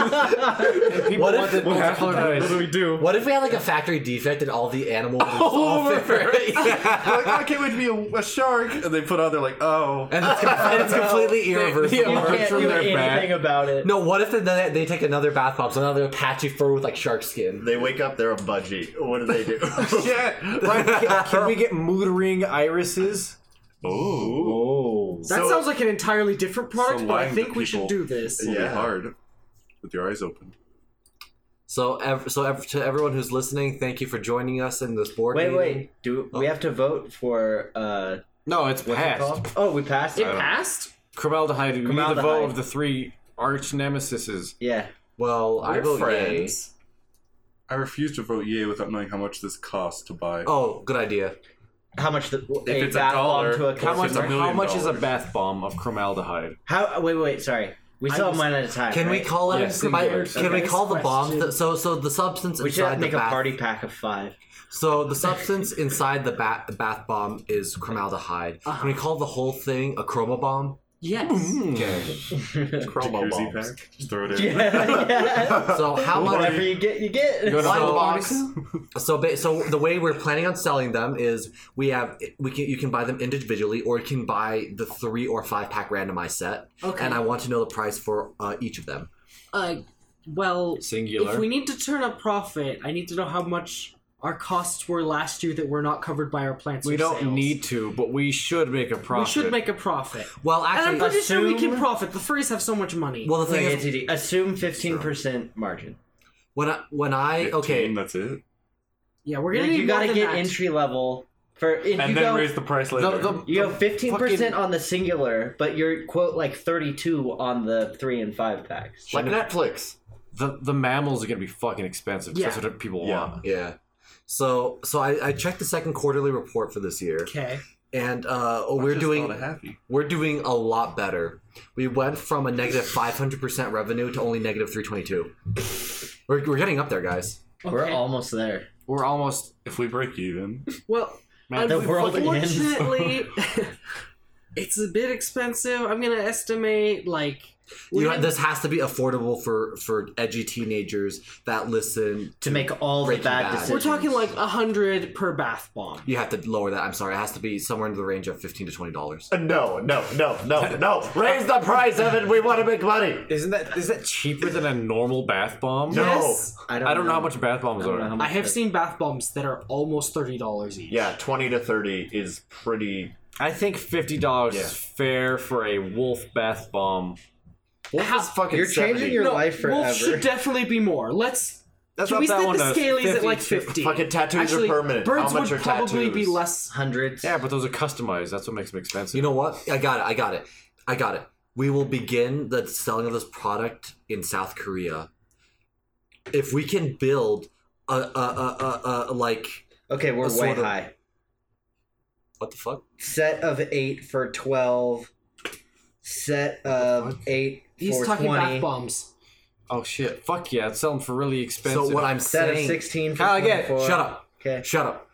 [SPEAKER 1] And people
[SPEAKER 2] What if-
[SPEAKER 1] want it
[SPEAKER 7] what happened?
[SPEAKER 1] multiplied.
[SPEAKER 7] What do we do?
[SPEAKER 2] What if we had like a factory defect and all the animals were just all
[SPEAKER 7] we're
[SPEAKER 2] different?
[SPEAKER 7] Like, oh, I can't wait to be a, a shark. And they put on, they're like, oh.
[SPEAKER 2] and, it's, com- and it's completely irreversible.
[SPEAKER 1] yeah, Or
[SPEAKER 3] Can't
[SPEAKER 1] from
[SPEAKER 3] do
[SPEAKER 1] their
[SPEAKER 3] anything
[SPEAKER 1] back.
[SPEAKER 3] about it.
[SPEAKER 2] No, what if then they, they take another bath bomb, so now they're patchy fur with like shark skin?
[SPEAKER 4] They wake up, they're a budgie. What do they do?
[SPEAKER 1] Shit! Like, can, can we get mood ring irises?
[SPEAKER 7] Oh.
[SPEAKER 3] Oh.
[SPEAKER 5] that
[SPEAKER 4] So-
[SPEAKER 5] sounds like an entirely different product,
[SPEAKER 7] So
[SPEAKER 5] but I
[SPEAKER 7] lying to
[SPEAKER 5] think we should
[SPEAKER 7] people.
[SPEAKER 5] do this.
[SPEAKER 7] It's yeah.
[SPEAKER 4] Yeah.
[SPEAKER 7] hard with your eyes open.
[SPEAKER 2] So, ev- so ev- to everyone who's listening, thank you for joining us in this board
[SPEAKER 3] Wait,
[SPEAKER 2] meeting.
[SPEAKER 3] wait. Do we have to vote for uh
[SPEAKER 1] No, it's
[SPEAKER 3] what's it
[SPEAKER 1] past.
[SPEAKER 3] called? Oh, we passed
[SPEAKER 5] It
[SPEAKER 3] it.
[SPEAKER 5] passed.
[SPEAKER 1] Chromaldehyde. We need the vote
[SPEAKER 3] Chromaldehyde.
[SPEAKER 1] of the three arch nemesises.
[SPEAKER 3] Yeah.
[SPEAKER 2] Well, I vote yay.
[SPEAKER 4] friends.
[SPEAKER 7] I refuse to vote yay without knowing how much this costs to buy.
[SPEAKER 2] Oh, good idea.
[SPEAKER 3] How much the
[SPEAKER 7] If it's a
[SPEAKER 3] bath bomb
[SPEAKER 7] dollar,
[SPEAKER 3] to a
[SPEAKER 1] How much?
[SPEAKER 7] it's a
[SPEAKER 3] customer-
[SPEAKER 1] How
[SPEAKER 7] million
[SPEAKER 1] much is a
[SPEAKER 7] dollars.
[SPEAKER 1] bath bomb of chromaldehyde?
[SPEAKER 3] How? Wait, wait. Sorry, we
[SPEAKER 5] I
[SPEAKER 3] saw
[SPEAKER 5] was-
[SPEAKER 3] mine at a time.
[SPEAKER 2] Can we
[SPEAKER 3] right?
[SPEAKER 2] call it?
[SPEAKER 1] Yes,
[SPEAKER 2] by-
[SPEAKER 1] singular.
[SPEAKER 2] can we
[SPEAKER 5] Okay.
[SPEAKER 2] call the bomb?
[SPEAKER 5] Question.
[SPEAKER 2] The, so, so the substance
[SPEAKER 3] We should
[SPEAKER 2] inside
[SPEAKER 3] make
[SPEAKER 2] the
[SPEAKER 3] a
[SPEAKER 2] bath.
[SPEAKER 3] party pack of five.
[SPEAKER 2] So the substance inside the, ba- the bath bomb is chromaldehyde. Can
[SPEAKER 3] Uh-huh.
[SPEAKER 2] we call the whole thing a chroma bomb?
[SPEAKER 5] Yes.
[SPEAKER 1] Okay.
[SPEAKER 7] Promo
[SPEAKER 2] bombs.
[SPEAKER 7] pack. Just throw it in.
[SPEAKER 3] yeah, yeah.
[SPEAKER 2] So how much?
[SPEAKER 3] Whatever you get, you get.
[SPEAKER 1] Go to
[SPEAKER 2] Why
[SPEAKER 1] the
[SPEAKER 2] the
[SPEAKER 1] box.
[SPEAKER 2] So, ba- so the way we're planning on selling them is we have we can you can buy them individually or you can buy the three or five pack randomized set.
[SPEAKER 5] Okay.
[SPEAKER 2] And I want to know the price for uh, each of them.
[SPEAKER 5] Uh, well,
[SPEAKER 1] Singular.
[SPEAKER 5] if we need to turn a profit, I need to know how much our costs were last year that were not covered by our plants.
[SPEAKER 1] We
[SPEAKER 5] or
[SPEAKER 1] don't
[SPEAKER 5] sales.
[SPEAKER 1] need to, but we should make a
[SPEAKER 5] We
[SPEAKER 1] profit.
[SPEAKER 5] should make a profit.
[SPEAKER 2] Well,
[SPEAKER 5] And I'm
[SPEAKER 2] actually,
[SPEAKER 5] pretty sure we can
[SPEAKER 3] assume-
[SPEAKER 5] profit. The furries have so much money.
[SPEAKER 2] well the thing
[SPEAKER 3] Wait,
[SPEAKER 2] is
[SPEAKER 3] ATD, assume fifteen percent margin.
[SPEAKER 2] when I when I okay
[SPEAKER 7] that's it.
[SPEAKER 5] yeah, we're gonna
[SPEAKER 3] Like,
[SPEAKER 5] need
[SPEAKER 3] you
[SPEAKER 5] more
[SPEAKER 3] gotta
[SPEAKER 5] than
[SPEAKER 3] get
[SPEAKER 5] that.
[SPEAKER 3] entry level for. If
[SPEAKER 7] And
[SPEAKER 3] you
[SPEAKER 7] then
[SPEAKER 3] go,
[SPEAKER 7] raise the price later.
[SPEAKER 1] The- the-
[SPEAKER 3] you have fifteen
[SPEAKER 1] fucking-
[SPEAKER 3] percent on the singular, but you're quote like thirty-two on the three and five packs.
[SPEAKER 4] Like Netflix.
[SPEAKER 1] the the mammals are gonna be fucking expensive. 'cause That's
[SPEAKER 5] Yeah.
[SPEAKER 1] what people
[SPEAKER 7] Yeah.
[SPEAKER 1] want.
[SPEAKER 2] yeah. So so I, I checked the second quarterly report for this year,
[SPEAKER 5] Okay.
[SPEAKER 2] and uh,
[SPEAKER 7] I
[SPEAKER 2] we're
[SPEAKER 7] just
[SPEAKER 2] doing
[SPEAKER 7] thought of happy.
[SPEAKER 2] we're doing a lot better. We went from a negative five hundred percent revenue to only negative three twenty two. We're we're getting up there, guys.
[SPEAKER 3] We're
[SPEAKER 5] Okay.
[SPEAKER 3] almost there.
[SPEAKER 1] We're almost.
[SPEAKER 7] If we break even,
[SPEAKER 5] Well,
[SPEAKER 1] Man,
[SPEAKER 3] the world ends.
[SPEAKER 5] unfortunately, it's a bit expensive. I'm gonna estimate like
[SPEAKER 2] You
[SPEAKER 5] we're
[SPEAKER 2] know,
[SPEAKER 5] gonna-
[SPEAKER 2] this has to be affordable for for edgy teenagers that listen.
[SPEAKER 3] to make all the
[SPEAKER 2] Breaking
[SPEAKER 3] bad
[SPEAKER 2] Bad.
[SPEAKER 3] decisions.
[SPEAKER 5] we're talking like a hundred per bath bomb.
[SPEAKER 2] You have to lower that. I'm sorry. It has to be somewhere in the range of fifteen to twenty dollars.
[SPEAKER 4] No, no, no, no, no. Raise the price of it. We want to make money.
[SPEAKER 1] Isn't that is that cheaper than a normal bath bomb?
[SPEAKER 4] No.
[SPEAKER 5] Yes.
[SPEAKER 1] I don't know how much bath bombs
[SPEAKER 3] don't know how
[SPEAKER 1] are.
[SPEAKER 3] much
[SPEAKER 5] I have
[SPEAKER 3] that-
[SPEAKER 5] seen bath bombs that are almost thirty dollars each.
[SPEAKER 4] Yeah, 20 to 30 is pretty.
[SPEAKER 1] I think fifty dollars
[SPEAKER 4] Yeah.
[SPEAKER 1] is fair for a wolf bath bomb.
[SPEAKER 4] Wolf is fucking
[SPEAKER 3] You're changing
[SPEAKER 4] 70.
[SPEAKER 3] your
[SPEAKER 5] No,
[SPEAKER 3] life
[SPEAKER 5] Wolf should
[SPEAKER 3] forever.
[SPEAKER 5] definitely be more. Let's
[SPEAKER 1] That's
[SPEAKER 5] Can
[SPEAKER 1] what
[SPEAKER 5] we
[SPEAKER 1] that
[SPEAKER 5] set
[SPEAKER 1] one
[SPEAKER 5] the
[SPEAKER 1] does.
[SPEAKER 5] scales at
[SPEAKER 1] 50.
[SPEAKER 5] like 50?
[SPEAKER 4] Fucking tattoos are
[SPEAKER 5] Actually,
[SPEAKER 4] permanent.
[SPEAKER 5] Birds
[SPEAKER 4] How much
[SPEAKER 5] would
[SPEAKER 4] are
[SPEAKER 5] probably be
[SPEAKER 4] tattoos?
[SPEAKER 5] less.
[SPEAKER 3] hundreds.
[SPEAKER 1] Yeah, but those are customized. That's what makes them expensive.
[SPEAKER 2] You know what? I got it. I got it. I got it. We will begin the selling of this product in South Korea. If we can build a a a, a, a, a like
[SPEAKER 3] Okay,
[SPEAKER 2] A
[SPEAKER 3] we're way
[SPEAKER 2] sort of-
[SPEAKER 3] high.
[SPEAKER 2] what the fuck?
[SPEAKER 3] Set of eight for twelve. Set of eight
[SPEAKER 5] He's
[SPEAKER 3] for
[SPEAKER 5] talking
[SPEAKER 3] twenty.
[SPEAKER 5] bath bombs.
[SPEAKER 1] oh shit! Fuck yeah! It's selling for really expensive.
[SPEAKER 2] So what I'm
[SPEAKER 3] Set of
[SPEAKER 2] saying?
[SPEAKER 3] sixteen for
[SPEAKER 1] Kyle, get it.
[SPEAKER 3] 24.
[SPEAKER 2] Shut up.
[SPEAKER 3] Okay.
[SPEAKER 2] Shut up.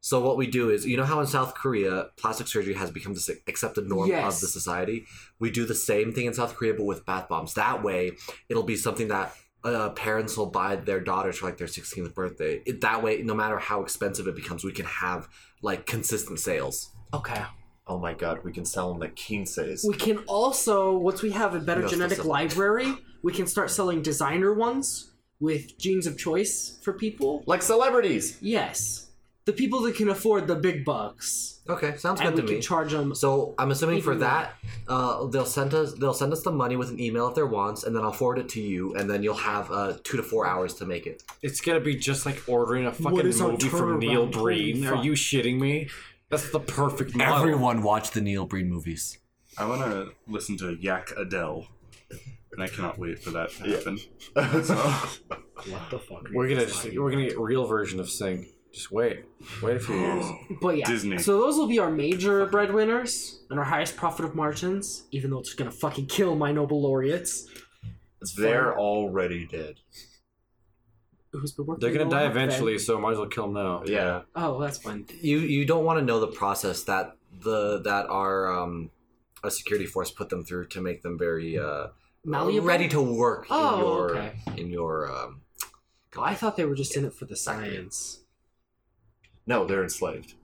[SPEAKER 2] So what we do is, you know how in South Korea plastic surgery has become the s- accepted norm
[SPEAKER 5] Yes.
[SPEAKER 2] of the society. We do the same thing in South Korea, but with bath bombs. That way, it'll be something that uh, parents will buy their daughters for like their 16th birthday. It, that way, no matter how expensive it becomes, we can have like consistent sales.
[SPEAKER 5] Okay.
[SPEAKER 4] Oh my god, we can sell them at Quince's.
[SPEAKER 5] We can also, once we have a better
[SPEAKER 4] Yes,
[SPEAKER 5] genetic
[SPEAKER 4] that's a-
[SPEAKER 5] library, we can start selling designer ones with genes of choice for people.
[SPEAKER 4] Like celebrities!
[SPEAKER 5] Yes, the people that can afford the big bucks,
[SPEAKER 2] Okay, sounds
[SPEAKER 5] and
[SPEAKER 2] good
[SPEAKER 5] we
[SPEAKER 2] to
[SPEAKER 5] can
[SPEAKER 2] me.
[SPEAKER 5] charge them.
[SPEAKER 2] So I'm assuming for
[SPEAKER 5] Even
[SPEAKER 2] that, uh, they'll send us they'll send us the money with an email if they're wants, and then I'll forward it to you, and then you'll have uh, two to four hours to make it.
[SPEAKER 1] It's gonna be just like ordering a fucking
[SPEAKER 5] is our
[SPEAKER 1] movie from Neil
[SPEAKER 5] turnaround? Holy
[SPEAKER 1] Breen. Are
[SPEAKER 5] fuck.
[SPEAKER 1] you shitting me? That's the perfect model.
[SPEAKER 2] watch the Neil Breen movies.
[SPEAKER 7] I want to listen to Yak Adele, and I cannot wait for that to happen.
[SPEAKER 6] What the fuck?
[SPEAKER 1] We're gonna just, we're gonna get real version of Sing. Just wait, wait a
[SPEAKER 4] Oh.
[SPEAKER 1] few years.
[SPEAKER 5] But yeah,
[SPEAKER 7] Disney.
[SPEAKER 5] So those will be our major breadwinners and our highest profit of margins, even though it's gonna fucking kill my Nobel laureates.
[SPEAKER 4] They're already dead.
[SPEAKER 5] Who's been working?
[SPEAKER 1] They're gonna
[SPEAKER 5] on
[SPEAKER 1] die
[SPEAKER 5] it, then.
[SPEAKER 1] eventually, so might as well kill them now.
[SPEAKER 4] Yeah.
[SPEAKER 5] Oh, that's fine.
[SPEAKER 2] You you don't want to know the process that the that our um, our security force put them through to make them very uh,
[SPEAKER 5] Malleable.
[SPEAKER 2] ready to work
[SPEAKER 5] Oh,
[SPEAKER 2] in your
[SPEAKER 5] okay.
[SPEAKER 2] in your um,
[SPEAKER 5] Oh, I thought they were just in it for the science.
[SPEAKER 4] No, they're enslaved.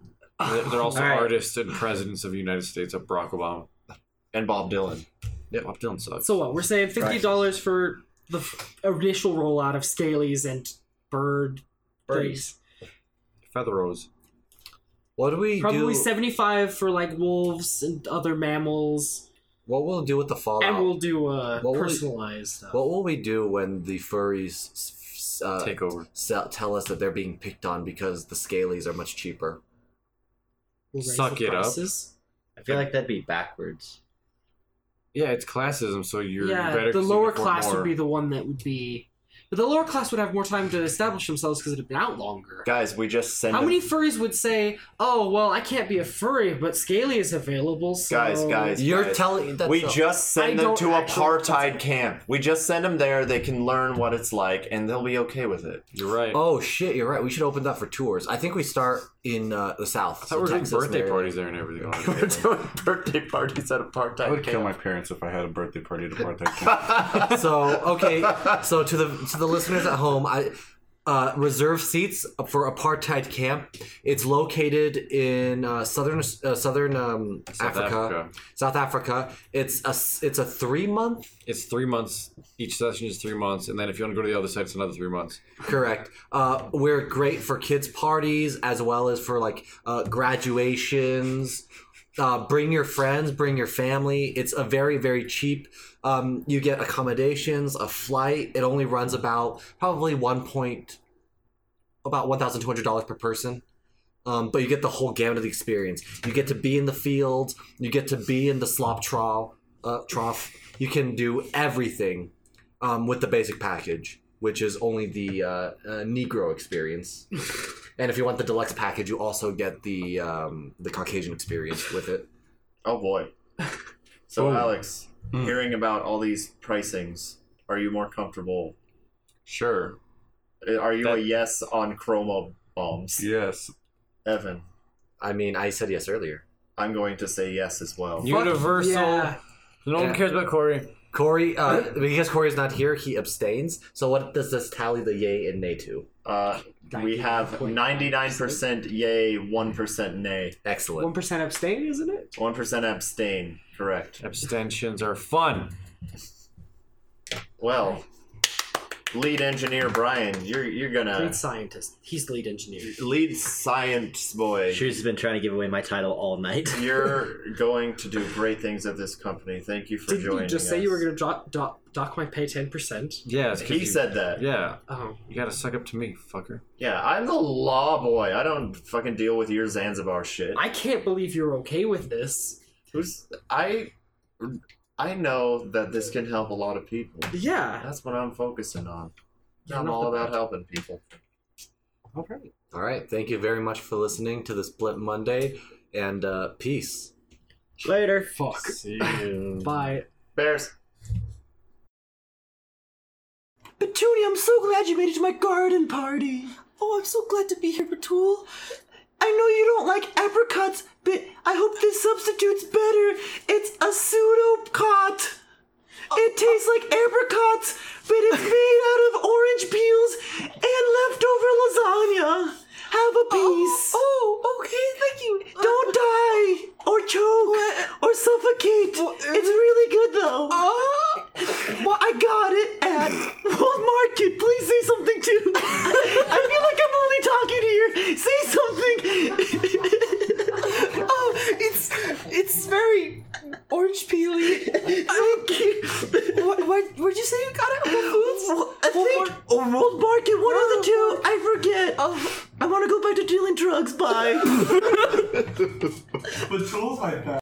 [SPEAKER 1] They're, they're also
[SPEAKER 5] Alright.
[SPEAKER 1] artists and presidents of the United States of Barack Obama.
[SPEAKER 4] And Bob Dylan.
[SPEAKER 1] Bob Dylan sucks.
[SPEAKER 5] So what? We're saying fifty dollars for the f- initial rollout of Scalies and Bird.
[SPEAKER 4] Birdies.
[SPEAKER 1] Feather Rose.
[SPEAKER 2] what do we
[SPEAKER 5] things. Probably
[SPEAKER 2] do?
[SPEAKER 5] seventy-five for like wolves and other mammals,
[SPEAKER 2] what we'll do with the fallout?
[SPEAKER 5] and we'll do uh,
[SPEAKER 2] What would-
[SPEAKER 5] personalized stuff.
[SPEAKER 2] what will we do when the furries s- s- uh,
[SPEAKER 1] Take over.
[SPEAKER 2] sell, tell us that they're being picked on because the scalies are much cheaper.
[SPEAKER 5] We'll raise
[SPEAKER 1] Suck
[SPEAKER 5] the
[SPEAKER 1] it up.
[SPEAKER 5] prices.
[SPEAKER 3] I feel like that'd be backwards.
[SPEAKER 1] Yeah, it's classism, so you're you
[SPEAKER 5] yeah,
[SPEAKER 1] better.
[SPEAKER 5] the lower class would be the one that would be, but the lower class would have more time to establish themselves because it had been out longer.
[SPEAKER 4] Guys, we just send
[SPEAKER 5] How
[SPEAKER 4] them-
[SPEAKER 5] many furries would say, "Oh, well, I can't be a furry, but Scaly is available." So...
[SPEAKER 4] Guys, guys.
[SPEAKER 2] You're
[SPEAKER 4] guys.
[SPEAKER 2] telling that's
[SPEAKER 4] We
[SPEAKER 2] a-
[SPEAKER 4] just
[SPEAKER 5] I
[SPEAKER 4] send them
[SPEAKER 5] don't
[SPEAKER 4] to
[SPEAKER 5] actually-
[SPEAKER 4] apartheid camp. We just send them there. They can learn what it's like, and they'll be okay with it.
[SPEAKER 1] You're right.
[SPEAKER 2] Oh shit, you're right. We should open that for tours. I think we start in uh, the south.
[SPEAKER 1] I thought we were doing
[SPEAKER 2] Texas,
[SPEAKER 1] birthday
[SPEAKER 2] Maryland.
[SPEAKER 1] parties there and everything.
[SPEAKER 4] We're doing birthday parties at apartheid.
[SPEAKER 7] I would kill my
[SPEAKER 4] camp.
[SPEAKER 7] parents if I had a birthday party at apartheid camp.
[SPEAKER 2] So okay, so to the to the listeners at home, I uh, reserve seats for apartheid camp. It's located in uh, southern uh, southern um,
[SPEAKER 1] South
[SPEAKER 2] Africa,
[SPEAKER 1] Africa.
[SPEAKER 2] South Africa. It's a s- it's a three month
[SPEAKER 1] It's three months. Each session is three months, and then if you want to go to the other side, it's another three months.
[SPEAKER 2] Correct. Uh, we're great for kids' parties as well as for like uh, graduations. Uh, bring your friends, bring your family. It's a very, very cheap. Um, you get accommodations, a flight. It only runs about probably one point, about one thousand two hundred dollars per person. Um, but you get the whole gamut of the experience. You get to be in the field. You get to be in the slop trough. Uh, trough. You can do everything um, with the basic package, which is only the uh, uh, Negro experience. and if you want the deluxe package, you also get the um, the Caucasian experience with it.
[SPEAKER 4] Oh boy. So
[SPEAKER 1] Boom.
[SPEAKER 4] Alex,
[SPEAKER 7] Hmm.
[SPEAKER 4] hearing about all these pricings, are you more comfortable? Uh,
[SPEAKER 1] Sure.
[SPEAKER 4] Are you a
[SPEAKER 1] That-
[SPEAKER 4] yes on chroma bombs?
[SPEAKER 7] yes.
[SPEAKER 4] Evan,
[SPEAKER 2] I mean, I said yes earlier.
[SPEAKER 4] I'm going to say yes as well.
[SPEAKER 1] Universal.
[SPEAKER 5] Yeah.
[SPEAKER 1] No one
[SPEAKER 2] Yeah.
[SPEAKER 1] cares about Corey.
[SPEAKER 2] Corey, uh, because Corey's not here, he abstains. So what does this tally the yay and nay to?
[SPEAKER 4] Uh, we have 99% yay, 1% nay,
[SPEAKER 5] One
[SPEAKER 2] Excellent.
[SPEAKER 5] percent abstain, isn't it?
[SPEAKER 4] 1% abstain. Correct.
[SPEAKER 1] Abstentions are fun.
[SPEAKER 4] Well, lead engineer Brian, you're you're gonna
[SPEAKER 5] Lead scientist. He's the lead engineer.
[SPEAKER 4] lead science boy.
[SPEAKER 3] Shoes has been trying to give away my title all night.
[SPEAKER 4] You're going to do great things at this company. Thank you for
[SPEAKER 5] Did
[SPEAKER 4] joining.
[SPEAKER 5] you just say you
[SPEAKER 4] us.
[SPEAKER 5] were going to dock, dock, dock my pay ten percent?
[SPEAKER 1] Yeah. it's 'cause
[SPEAKER 4] He
[SPEAKER 1] you-
[SPEAKER 4] said that.
[SPEAKER 1] Yeah.
[SPEAKER 5] Oh,
[SPEAKER 1] You gotta suck up to me, fucker.
[SPEAKER 4] Yeah, I'm the law boy. I don't fucking deal with your Zanzibar shit.
[SPEAKER 5] I can't believe you're okay with this.
[SPEAKER 4] Who's I? I know that this can help a lot of people.
[SPEAKER 5] Yeah.
[SPEAKER 4] That's what I'm focusing on. I'm
[SPEAKER 5] not
[SPEAKER 4] all
[SPEAKER 5] the
[SPEAKER 4] about helping people.
[SPEAKER 5] All right.
[SPEAKER 2] All right. Thank you very much for listening to this Blimp Monday, and uh, peace.
[SPEAKER 3] Later.
[SPEAKER 5] Fuck. Bye.
[SPEAKER 4] Bears.
[SPEAKER 5] Petunia, I'm so glad you made it to my garden party. Oh, I'm so glad to be here, Petul. I know you don't like apricots, but I hope this substitute's better. It's a pseudocot. It tastes like apricots, but it's made out of orange peels and leftover oh, lasagna. Have a piece. Oh, okay, thank you. Don't die or choke or suffocate. it's really good though. well, I got it at World Market. Please say something too. I feel like I'm only talking here. Say something. oh, it's it's very orange peely. Thank you. What, what, where'd you say you got it? Well, I think or World Market, one of the two. I forget. I want to go back to dealing drugs. Bye.
[SPEAKER 9] The tools like that.